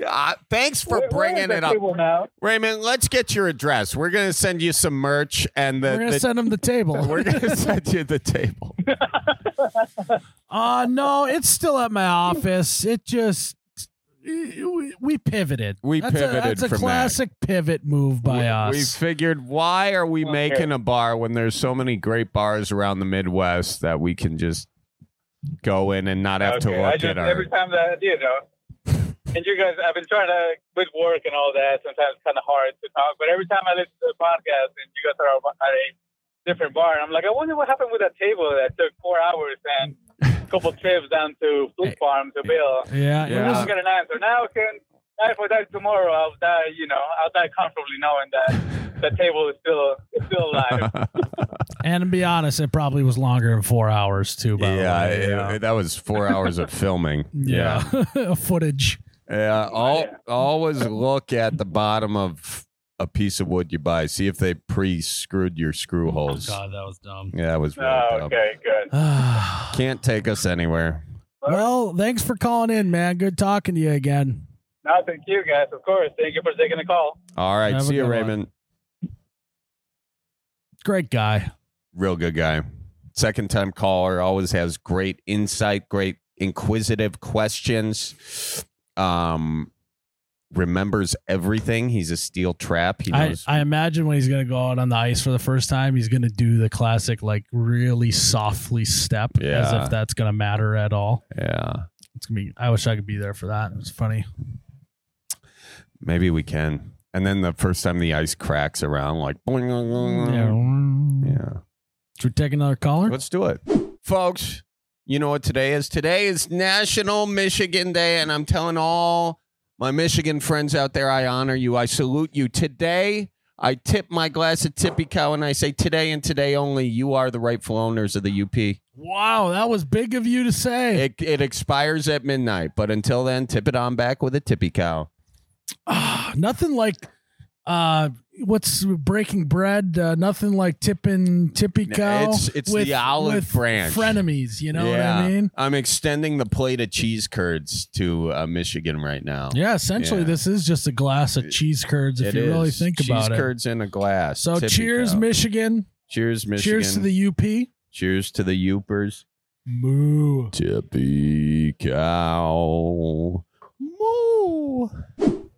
B: Uh, thanks for
E: Where- where
B: bringing
E: is that
B: it up,
E: table now?
B: Raymond. Let's get your address. We're gonna send you some merch, and the,
A: We're gonna
B: the-
A: send him the table.
B: we're gonna send you the table.
A: Uh no, it's still at my office. It just we we pivoted.
B: We
A: that's
B: pivoted
A: A, that's a
B: from that.
A: classic pivot move by us.
B: We figured, why are we making a bar when there's so many great bars around the Midwest that we can just go in and not have to
E: I
B: look
E: just,
B: at our.
E: every time that you know. And you guys, I've been trying to with work and all that. Sometimes it's kind of hard to talk, but every time I listen to the podcast and you guys are at a different bar, I'm like, I wonder what happened with that table that took four hours and a couple trips down to Fluke Farm to Bill.
A: yeah, it
B: Yeah.
E: I
A: was-
E: don't get an answer now. I Can now if I die tomorrow, I'll die. You know, I'll die comfortably knowing that the table is still is still alive.
A: and to be honest, it probably was longer than four hours too. By the
B: Yeah,
A: way,
B: it- that was four hours of filming.
A: yeah, footage.
B: Yeah, al- always look at the bottom of a piece of wood you buy. See if they pre-screwed your screw holes.
A: Oh, God, that was dumb.
B: yeah, it was really
E: oh,
B: dumb.
E: okay, good.
B: Can't take us anywhere.
A: well, thanks for calling in, man. Good talking to you again.
E: No, thank you guys. Of course, thank you for taking the call.
B: All right,
A: Have a
B: see you,
A: good one.
B: Raymond.
A: Great guy.
B: Real good guy. Second time caller always has great insight, great inquisitive questions. Um, remembers everything. He's a steel trap. He
A: I,
B: knows.
A: I imagine when he's gonna go out on the ice for the first time, he's gonna do the classic like really softly step,
B: Yeah.
A: as if that's gonna matter at all.
B: yeah,
A: It's gonna be. I wish I could be there for that. It was funny.
B: maybe we can. And then the first time the ice cracks around, like boing, boing, boing.
A: Yeah.
B: yeah.
A: Should we take another caller?
B: Let's do it. Folks, you know what today is? Today is National Michigan Day, and I'm telling all my Michigan friends out there, I honor you. I salute you. Today, I tip my glass at Tippy Cow and I say, today and today only, you are the rightful owners of the UP.
A: Wow, that was big of you to say.
B: It, it expires at midnight, but until then, tip it on back with a Tippy Cow.
A: Ah, nothing like uh what's breaking bread uh, nothing like tipping tippy cow
B: It's- it's the olive
A: with
B: branch.
A: frenemies you know what i mean
B: I'm extending the plate of cheese curds to uh, Michigan right now.
A: yeah essentially
B: Yeah.
A: this is just a glass of cheese curds if
B: It
A: you really
B: is.
A: think
B: cheese
A: about it
B: curds in a glass.
A: so
B: Tippy
A: cheers
B: Cow.
A: michigan
B: Cheers, Michigan.
A: cheers to the up
B: Cheers to the Youpers.
A: moo
B: Tippy cow. Moo.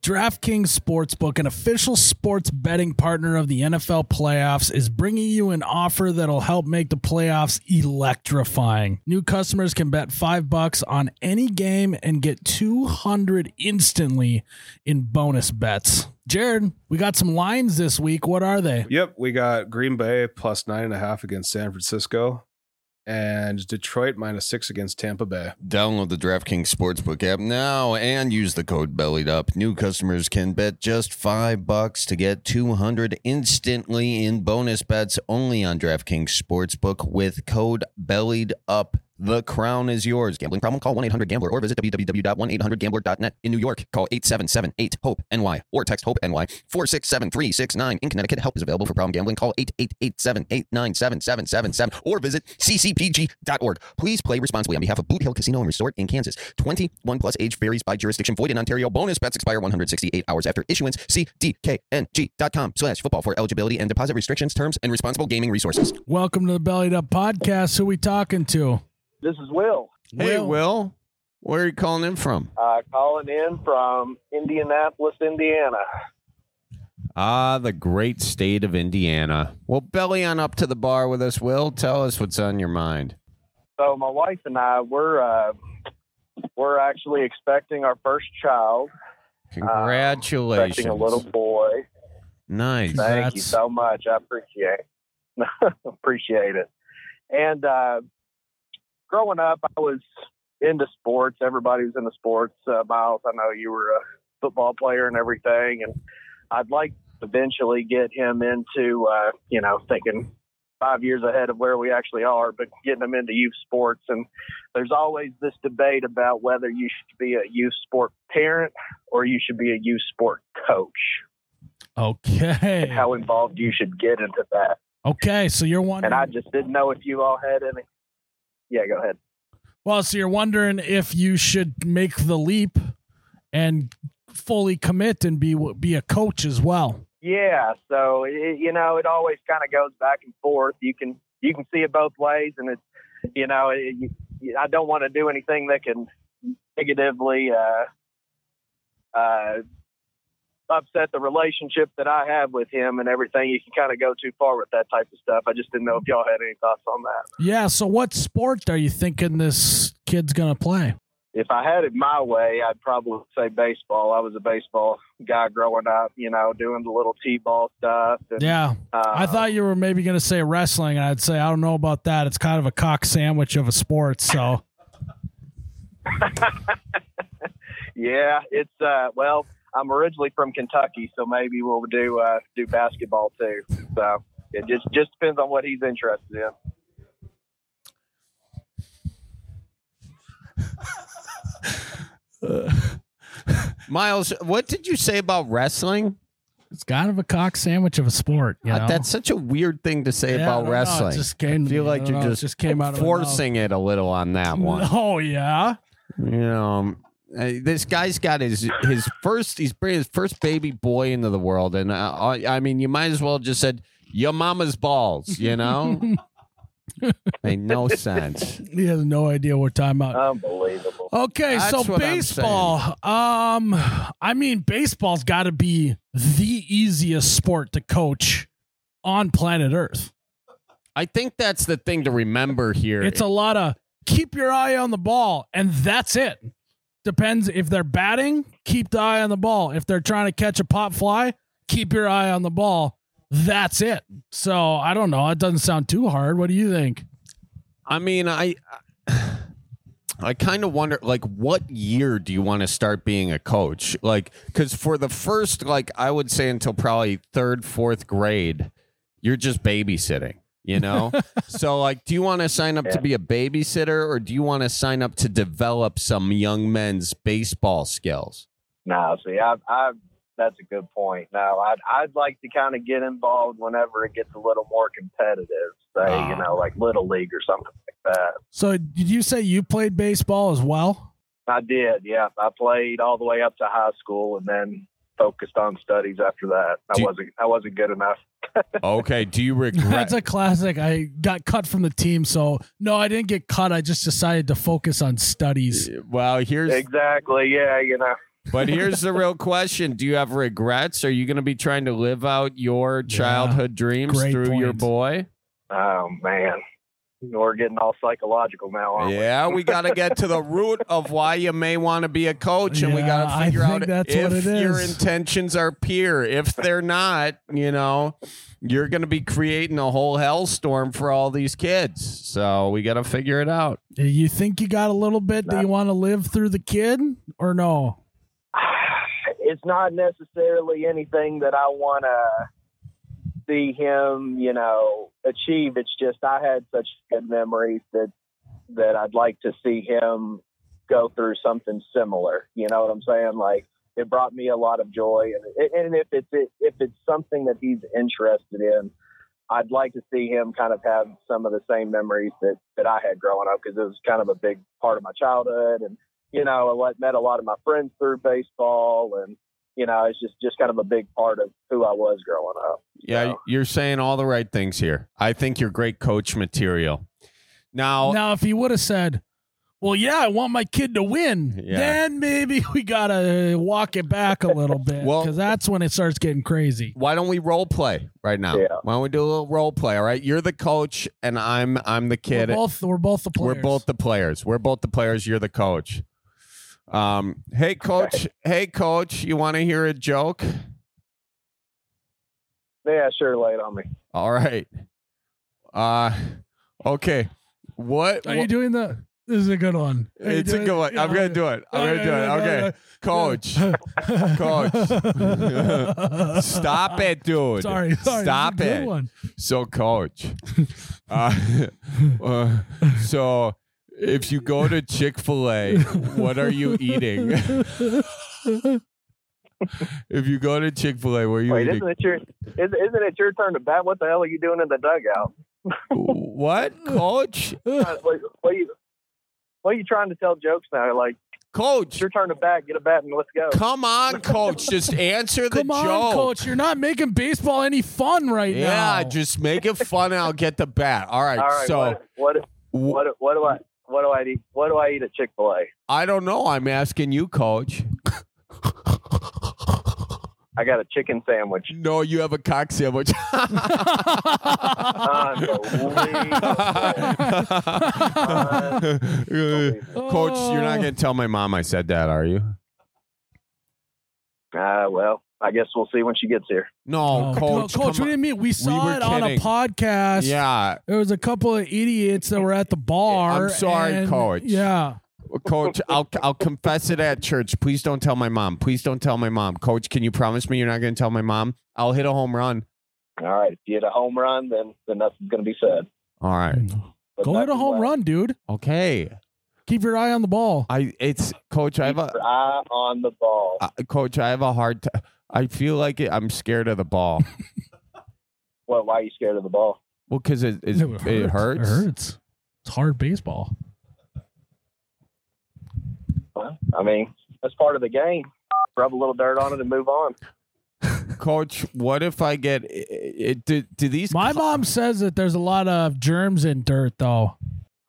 A: DraftKings Sportsbook, an official sports betting partner of the NFL playoffs, is bringing you an offer that'll help make the playoffs electrifying. New customers can bet 5 bucks on any game and get 200 instantly in bonus bets. Jared, we got some lines this week. What are they?
F: Yep, we got Green Bay plus nine and a half against San Francisco, and Detroit minus six against Tampa Bay.
B: Download the DraftKings Sportsbook app now and use the code bellied up. New customers can bet just 5 bucks to get 200 instantly in bonus bets only on DraftKings Sportsbook with code bellied up. The crown is yours. Gambling problem? Call 1-800-GAMBLER or visit www.1800gambler.net. In New York, call 8778-HOPE-NY or text HOPE-NY 467-369. In Connecticut, help is available for problem gambling. Call 888-789-7777 or visit ccpg.org. Please play responsibly on behalf of Boot Hill Casino and Resort in Kansas. 21 plus age varies by jurisdiction. Void in Ontario. Bonus bets expire 168 hours after issuance. See dkng.com slash football for eligibility and deposit restrictions, terms, and responsible gaming resources.
A: Welcome to the Bellied Up podcast. Who we talking to?
G: This is Will
B: Will. Where are you calling in from?
G: uh, calling in from Indianapolis, Indiana.
B: Ah, the great state of Indiana. Well, belly on up to the bar with us, Will. Tell us what's on your mind.
G: So my wife and I we're uh, we're actually expecting our first child,
B: Congratulations.
G: expecting a little boy.
B: nice.
G: Thank you
A: Congrats.
G: so much. I appreciate appreciate it. And uh, growing up, I was into sports. Everybody was into sports. Uh, Miles, I know you were a football player and everything, and I'd like to eventually get him into uh, you know thinking five years ahead of where we actually are, but getting him into youth sports. And there's always this debate about whether you should be a youth sport parent or you should be a youth sport coach and
A: Okay.
G: how involved you should get into that.
A: Okay, so you're one
G: And I just didn't know if you all had any. Yeah, go ahead.
A: Well, so you're wondering if you should make the leap and fully commit and be be a coach as well.
G: Yeah, so it, you know, it always kind of goes back and forth. You can you can see it both ways, and it's you know, it, you, I don't want to do anything that can negatively uh, uh, upset the relationship that I have with him and everything. You can kind of go too far with that type of stuff. I just didn't know if y'all had any thoughts on that.
A: Yeah. So, what sport are you thinking this kid's gonna play?
G: if I had it my way, I'd probably say baseball. I was a baseball guy growing up, you know, doing the little t-ball stuff. And,
A: Yeah,
G: uh,
A: I thought you were maybe gonna say wrestling, and I'd say I don't know about that. It's kind of a cock sandwich of a sport. So,
G: yeah, it's uh, well, I'm originally from Kentucky, so maybe we'll do uh, do basketball too. So it just just depends on what he's interested in.
B: Miles, what did you say about wrestling?
A: it's kind of a cock sandwich of a sport. You know?
B: Uh, That's such a weird thing to say
A: Yeah, I
B: about
A: don't know. It
B: wrestling.
A: just came
B: I
A: to
B: feel
A: me. I
B: like
A: don't
B: you're
A: know. It
B: just,
A: just came out of my mouth.
B: forcing it a little on that one.
A: Oh yeah.
B: You know, um, uh, this guy's got his his first. He's bringing his first baby boy into the world, and uh, I, I mean, you might as well just said your mama's balls. You know, made no sense.
A: He has no idea what time out.
G: Unbelievable.
A: Okay,
B: That's
A: so
B: what I'm
A: baseball. um, I mean, baseball's got to be the easiest sport to coach on planet Earth.
B: I think that's the thing to remember here.
A: It's a lot of keep your eye on the ball, and that's it. Depends if they're batting, keep the eye on the ball. If they're trying to catch a pop fly, keep your eye on the ball. That's it. So I don't know. It doesn't sound too hard. What do you think?
B: I mean, I I kind of wonder like what year do you want to start being a coach? Like cuz for the first like I would say until probably 3rd 4th grade, you're just babysitting, you know? so like do you want to sign up to be a babysitter or do you want to sign up to develop some young men's baseball skills?
G: No, see, I, I, that's a good point. No, I'd, I'd like to kind of get involved whenever it gets a little more competitive, say,
B: Ah.
G: you know, like Little League or something like that.
A: So did you say you played baseball as well?
G: I did, yeah. I played all the way up to high school and then focused on studies after that. I
B: Do you-
G: wasn't I wasn't good enough.
B: Okay, do you regret
A: That's a classic. I got cut from the team, so no, I didn't get cut. I just decided to focus on studies.
B: Well, here's
G: Exactly, yeah, you know.
B: but here's the real question. Do you have regrets? Are you going to be trying to live out your childhood dreams
A: great
B: through your
A: point.
B: boy?
G: Oh man. We're getting all psychological now, aren't we?
B: Yeah, we got to get to the root of why you may want to be a coach, and we
A: Yeah,
B: got to
A: I
B: figure
A: think
B: out
A: that's
B: if
A: what it
B: your
A: is.
B: intentions are pure. If they're not, you know, you're going to be creating a whole hellstorm for all these kids. So we got to figure it out.
A: You think you got a little bit that you want to live through the kid, or no?
G: It's not necessarily anything that I want to see him, you know, achieve. It's just I had such good memories that that I'd like to see him go through something similar. You know what I'm saying? Like it brought me a lot of joy, and and if it's if it's something that he's interested in, I'd like to see him kind of have some of the same memories that that I had growing up because it was kind of a big part of my childhood, and you know, I let- met a lot of my friends through baseball and. You know, it's just just kind of a big part of who I was growing up.
B: Yeah,
G: So-
B: you're saying all the right things here. I think you're great coach material. Now,
A: Now, if he would have said, "Well, yeah, I want my kid to win,"
B: Yeah.
A: then maybe we gotta walk it back a little bit
B: Well-
A: because that's when it starts getting crazy.
B: why don't we role play right now?
G: Yeah.
B: Why don't we do a little role play? All right, you're the coach, and I'm I'm the kid.
A: We're both we're both the players.
B: We're both the players. We're both the players. You're the coach. Um, hey coach, hey coach, you want to hear a joke?
G: Yeah, sure, lay it on me.
B: All right. Uh okay. What?
A: Are you doing the? This is a good one. Are you
B: it's a
A: doing-
B: good one.
A: Yeah,
B: I'm gonna do it. I'm gonna do it. Okay, coach,
A: coach.
B: stop it, dude.
A: Sorry, sorry. This is a
B: Stop
A: good
B: it.
A: One.
B: So, coach, uh, uh, so if you go to Chick fil A, what are you eating? if you go to Chick fil A, what are you
G: Wait,
B: eating?
G: isn't it your is- isn't it your turn to bat? What the hell are you doing in the dugout?
B: what, coach?
G: Uh, What, what are you what are you trying to tell jokes now? Like
B: Coach,
G: It's your turn to bat. Get a bat and let's go.
B: come on, coach. Just answer the
A: Come on,
B: joke.
A: coach. You're not making baseball any fun right now.
B: Yeah, just make it fun. and I'll get the bat. All right.
G: All right.
B: so
G: what,
B: w-
G: what, what, what do I? What do I eat? What do I eat at Chick Fil A?
B: I don't know. I'm asking you, coach.
G: I got a chicken sandwich.
B: No, you have a cock sandwich.
G: Uh, Unbelievable. uh,
B: Coach,
A: Oh.
B: you're not going to tell my mom I said that, are you?
G: Ah, well, I guess we'll see when she gets here.
B: No,
A: Oh,
B: coach.
A: coach,
B: come
A: we didn't mean we saw
B: were
A: it on a
B: kidding. on.
A: podcast.
B: Yeah,
A: There was a couple of idiots that were at the bar.
B: I'm sorry,
A: and-
B: coach.
A: Yeah.
B: coach. I'll I'll confess it at church. Please don't tell my mom. Please don't tell my mom. Coach, can you promise me you're not going to tell my mom? I'll hit a home run.
G: All right. If you hit a home run, then then nothing's going to be said.
B: All right.
G: But
A: Go hit a home
G: nonetheless,
A: run, dude.
B: Okay.
A: Keep your eye on the ball.
B: I it's coach. I have a
G: keep your Eye on the ball.
B: uh, coach. I have a hard. T- I feel like it, I'm scared of the ball.
G: What? Why are you scared of the ball?
B: Well, because it it, it, hurts.
A: It hurts. It's hard baseball.
G: Well, I mean, that's part of the game. Rub a little dirt on it and move on.
B: Coach, what if I get it? it do, do these?
A: My mom says that there's a lot of germs in dirt, though.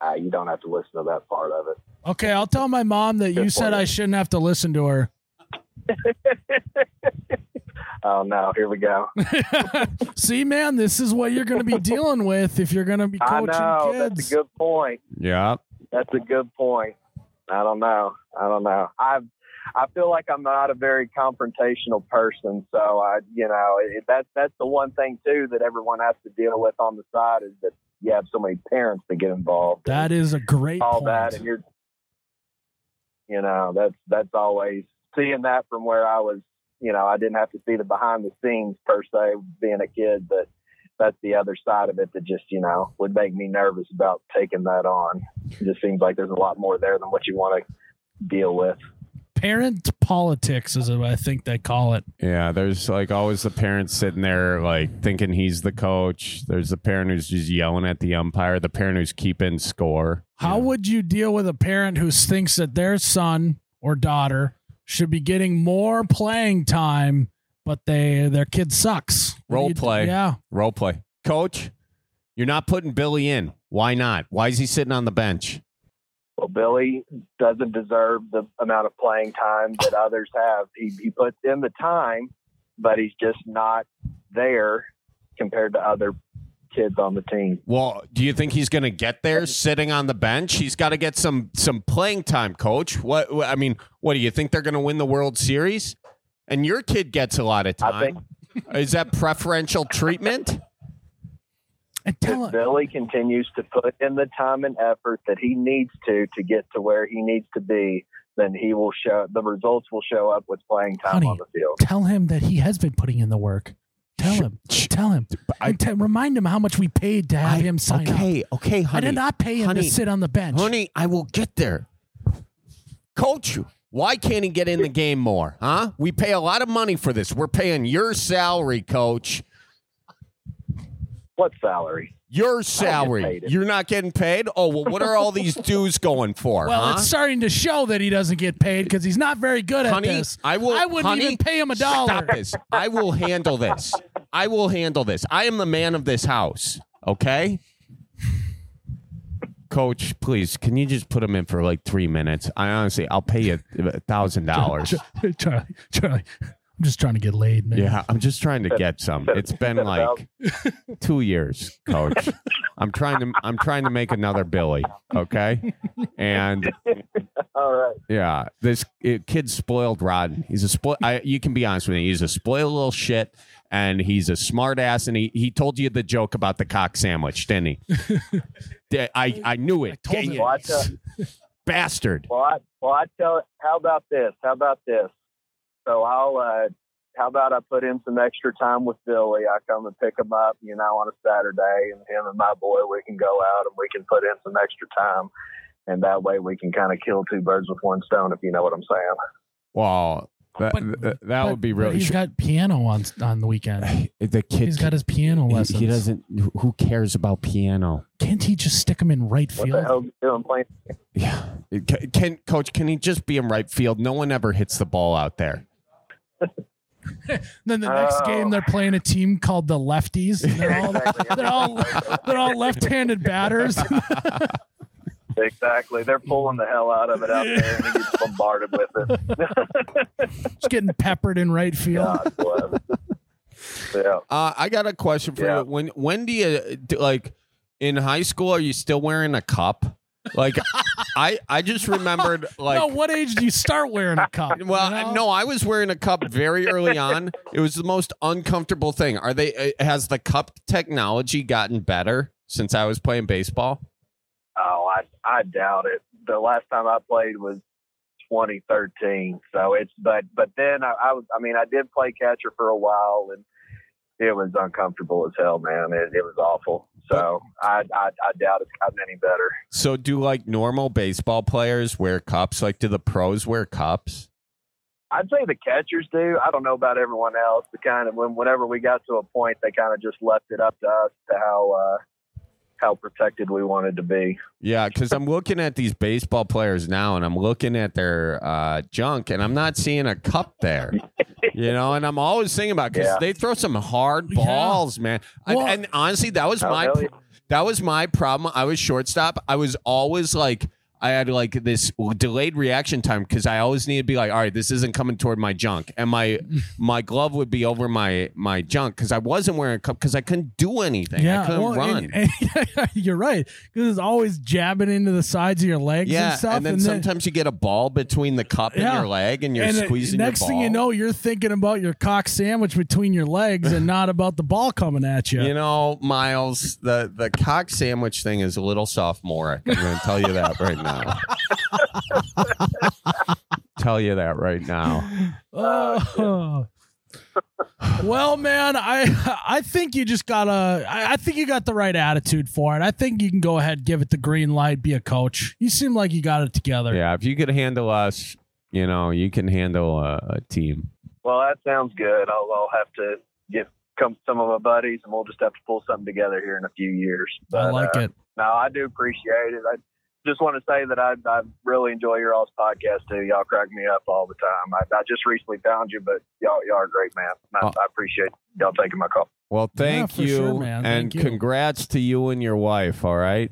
G: Ah, you don't have to listen to that part of it.
A: Okay, I'll tell my mom that you
G: Good
A: said
G: point.
A: I shouldn't have to listen to her.
G: Oh no, here we go.
A: See, man, this is what you're going to be dealing with if you're going to be
G: I
A: coaching
G: know
A: kids.
G: that's a good point.
B: yeah.
G: That's a good point. I don't know. I don't know. I I feel like I'm not a very confrontational person, so I, you know, it, that that's the one thing too that everyone has to deal with on the side is that you have so many parents that get involved. and
A: that is a great
G: all
A: point.
G: that, and you're, you know, that's that's always seeing that from where I was. You know, I didn't have to see the behind the scenes per se being a kid, but that's the other side of it that just you know would make me nervous about taking that on. It just seems like there's a lot more there than what you want to deal with.
A: Parent politics is what I think they call it.
B: Yeah, there's like always the parent sitting there like thinking he's the coach. There's the parent who's just yelling at the umpire, the parent who's keeping score.
A: How would you deal with a parent who thinks that their son or daughter should be getting more playing time, but they their kid sucks? What do
B: Role
A: you do?
B: play.
A: Yeah.
B: Role play. Coach, you're not putting Billy in. Why not? Why is he sitting on the bench?
G: Well, Billy doesn't deserve the amount of playing time that others have. He, he puts in the time, but he's just not there compared to other kids on the team.
B: Well, do you think he's going to get there sitting on the bench? He's got to get some some playing time, coach. What what- I mean, what do you think they're going to win the World Series? And your kid gets a lot of
G: I
B: time. Is that preferential treatment?
A: And tell
G: If Billy continues to put in the time and effort that he needs to to get to where he needs to be, then he will show the results will show up with playing time
A: Honey.
G: on the field.
A: tell him that he has been putting in the work. Tell him. Tell him. and te- remind him how much we paid to have
B: I-
A: him sign up.
B: okay, okay,
A: I did
B: honey,
A: not pay him
B: honey,
A: to sit on the bench.
B: honey, I will get there. Coach, why can't he get in the game more? Huh? We pay a lot of money for this. We're paying your salary, coach.
G: What salary?
B: Your salary.
G: paid it.
B: You're not getting paid. Oh well, what are all these dues going for?
A: Well,
B: huh?
A: it's starting to show that he doesn't get paid because he's not very good at
B: honey,
A: this.
B: I will.
A: I wouldn't
B: honey,
A: even pay him a dollar.
B: Stop this. I will handle this. I will handle this. I am the man of this house. Okay. Coach, please, can you just put him in for like three minutes? I honestly, I'll pay you a thousand dollars.
A: Ch- Charlie, Charlie, I'm just trying to get laid, man.
B: Yeah, I'm just trying to get some. It's been like two years, Coach. I'm trying to, I'm trying to make another Billy. Okay, and
G: All right.
B: yeah, this it, kid's spoiled rotten. He's a spoil. I, you can be honest with me. He's a spoiled little shit, and he's a smart ass. And he, he told you the joke about the cock sandwich, didn't he? Yeah, I I knew it.
A: told
B: Dang
A: him.
B: it,
G: Well, I tell,
B: bastard.
G: well, I, well, I tell. How about this? How about this? So I'll. Uh, how about I put in some extra time with Billy? I come and pick him up, you know, on a Saturday, and him and my boy, we can go out and we can put in some extra time, and that way we can kind of kill two birds with one stone, if you know what I'm saying.
B: Well, That,
A: But-
B: that, that would be
A: But
B: really.
A: He's
B: Sh-
A: got piano on on the weekend.
B: the kid.
A: He's got his piano
B: he-
A: lessons.
B: he doesn't. Who cares about piano?
A: Can't he just stick him in right
G: What the
A: field?
G: hell's he doing playing?
B: Yeah. It ca- Can coach? Can he just be in right field? No one ever hits the ball out there.
A: Then the next
G: Oh.
A: game they're playing a team called the Lefties. and They're all they're all they're all left-handed batters.
G: Exactly. They're pulling the hell out of it out there, and he gets bombarded with it.
A: just getting peppered in right field.
G: God bless. Yeah.
B: Uh, I got a question for
G: Yeah.
B: you. When when do you do, like in high school? Are you still wearing a cup? Like I I just remembered like.
A: no, what age do you start wearing a cup?
B: Well,
A: you know?
B: no, I was wearing a cup very early on. It was the most uncomfortable thing. Are they? uh, Has the cup technology gotten better since I was playing baseball?
G: Oh, I I doubt it. The last time I played was 2013. So it's but but then I, I was I mean I did play catcher for a while and it was uncomfortable as hell, man. It, it was awful. So I, I I doubt it's gotten any better.
B: So do like normal baseball players wear cups? Like do the pros wear cups?
G: I'd say the catchers do. I don't know about everyone else. The kind of when whenever we got to a point, they kind of just left it up to us to how uh, how protected we wanted to be.
B: Yeah, because I'm looking at these baseball players now, and I'm looking at their uh, junk, and I'm not seeing a cup there. You know, and I'm always thinking about because
G: Yeah.
B: they throw some hard
A: Yeah.
B: balls, man. And-
A: Well-
B: and honestly, that was
G: Oh,
B: my
G: hell yeah.
B: that was my problem. I was shortstop. I was always like. I had like this delayed reaction time because I always needed to be like, all right, this isn't coming toward my junk, and my my glove would be over my my junk because I wasn't wearing a cup because I couldn't do anything. I couldn't
A: well,
B: run.
A: and- and- you're right because it's always jabbing into the sides of your legs
B: Yeah,
A: and stuff.
B: then sometimes you get a ball between the cup and
A: Yeah.
B: your leg, and you're
A: and the
B: squeezing.
A: next
B: your ball.
A: thing you know, you're thinking about your cock sandwich between your legs and not about the ball coming at you.
B: you know, Miles, the the cock sandwich thing is a little sophomoric. I'm going to tell you that right now. tell you that right now.
A: Oh. well, man, I I think you just gotta. I, I think you got the right attitude for it. I think you can go ahead, give it the green light, be a coach. You seem like you got it together.
B: Yeah, if you could handle us, you know, you can handle a, a team.
G: Well, that sounds good. I'll, I'll have to get come some of my buddies, and we'll just have to pull something together here in a few years.
A: I like
G: uh,
A: it.
G: No, I do appreciate it. I just want to say that I, I really enjoy your all's podcast too. Y'all crack me up all the time. I, I just recently found you, but y'all y'all are a great man. I,
B: Oh.
G: I appreciate y'all taking my call.
B: Well, thank
A: for
B: you,
A: sure, man.
B: and
A: Thank you.
B: congrats to you and your wife. All right,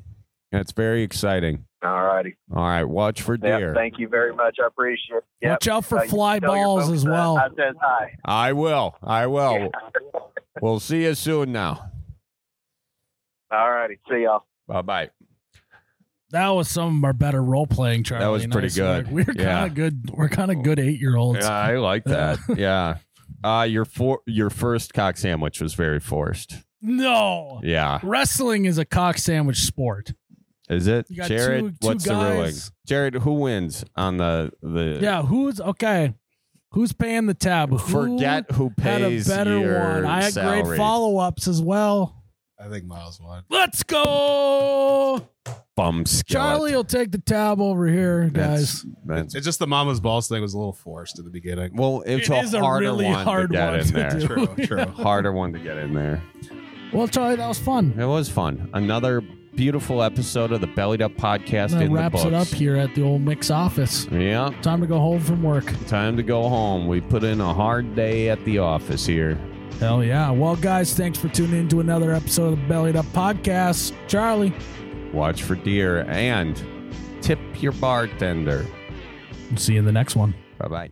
B: that's very exciting.
G: All righty.
B: All right, watch for
G: Yeah,
B: deer.
G: thank you very much. I appreciate it. Yep.
A: Watch out for
G: Thank you.
A: fly
G: Tell your
A: balls
G: folks
A: as
G: that
A: well. Oh.
G: I said hi.
B: I will. I will.
G: Yeah.
B: We'll see you soon now.
G: All righty. See y'all.
B: Bye bye.
A: That was some of our better role playing, Charlie.
B: was
A: and I
B: pretty
A: swear.
B: good.
A: We're
B: Yeah.
A: kind of good. We're kind of good eight year olds.
B: Yeah, I like that. yeah. Uh, your for- your first cock sandwich was very forced.
A: No,
B: Yeah.
A: wrestling is a cock sandwich sport.
B: Is it?
A: You got
B: Jared,
A: two- two
B: what's the ruling?
A: guys.
B: Jared, who wins on the the
A: Yeah, who's okay? Who's paying the tab? Who
B: Forget who
A: had a
B: pays
A: better
B: your
A: one. I had
B: salary.
A: great follow ups as well.
H: I think Miles won.
A: Let's go.
B: Bum skillet.
A: Charlie will take the tab over here,
B: That's-
A: guys.
B: that's-
H: It's just the mama's balls thing was a little forced at the beginning.
B: well, it's
A: It
B: a
A: is a
B: harder
A: really
B: one
A: hard
B: to get
A: one
B: in
A: to
B: there.
A: do.
H: True, true.
B: Harder one to get in there.
A: Well, Charlie, that was fun.
B: It was fun. Another beautiful episode of the Bellied Up podcast
A: That
B: in
A: wraps
B: the
A: it up
B: books.
A: here at the old mix office.
B: Yeah.
A: Time to go home from work.
B: Time to go home. We put in a hard day at the office here.
A: Hell yeah. Well, guys, thanks for tuning in to another episode of the Bellied Up Podcast. Charlie,
B: Watch for deer and tip your bartender.
A: see you in the next one.
B: Bye bye.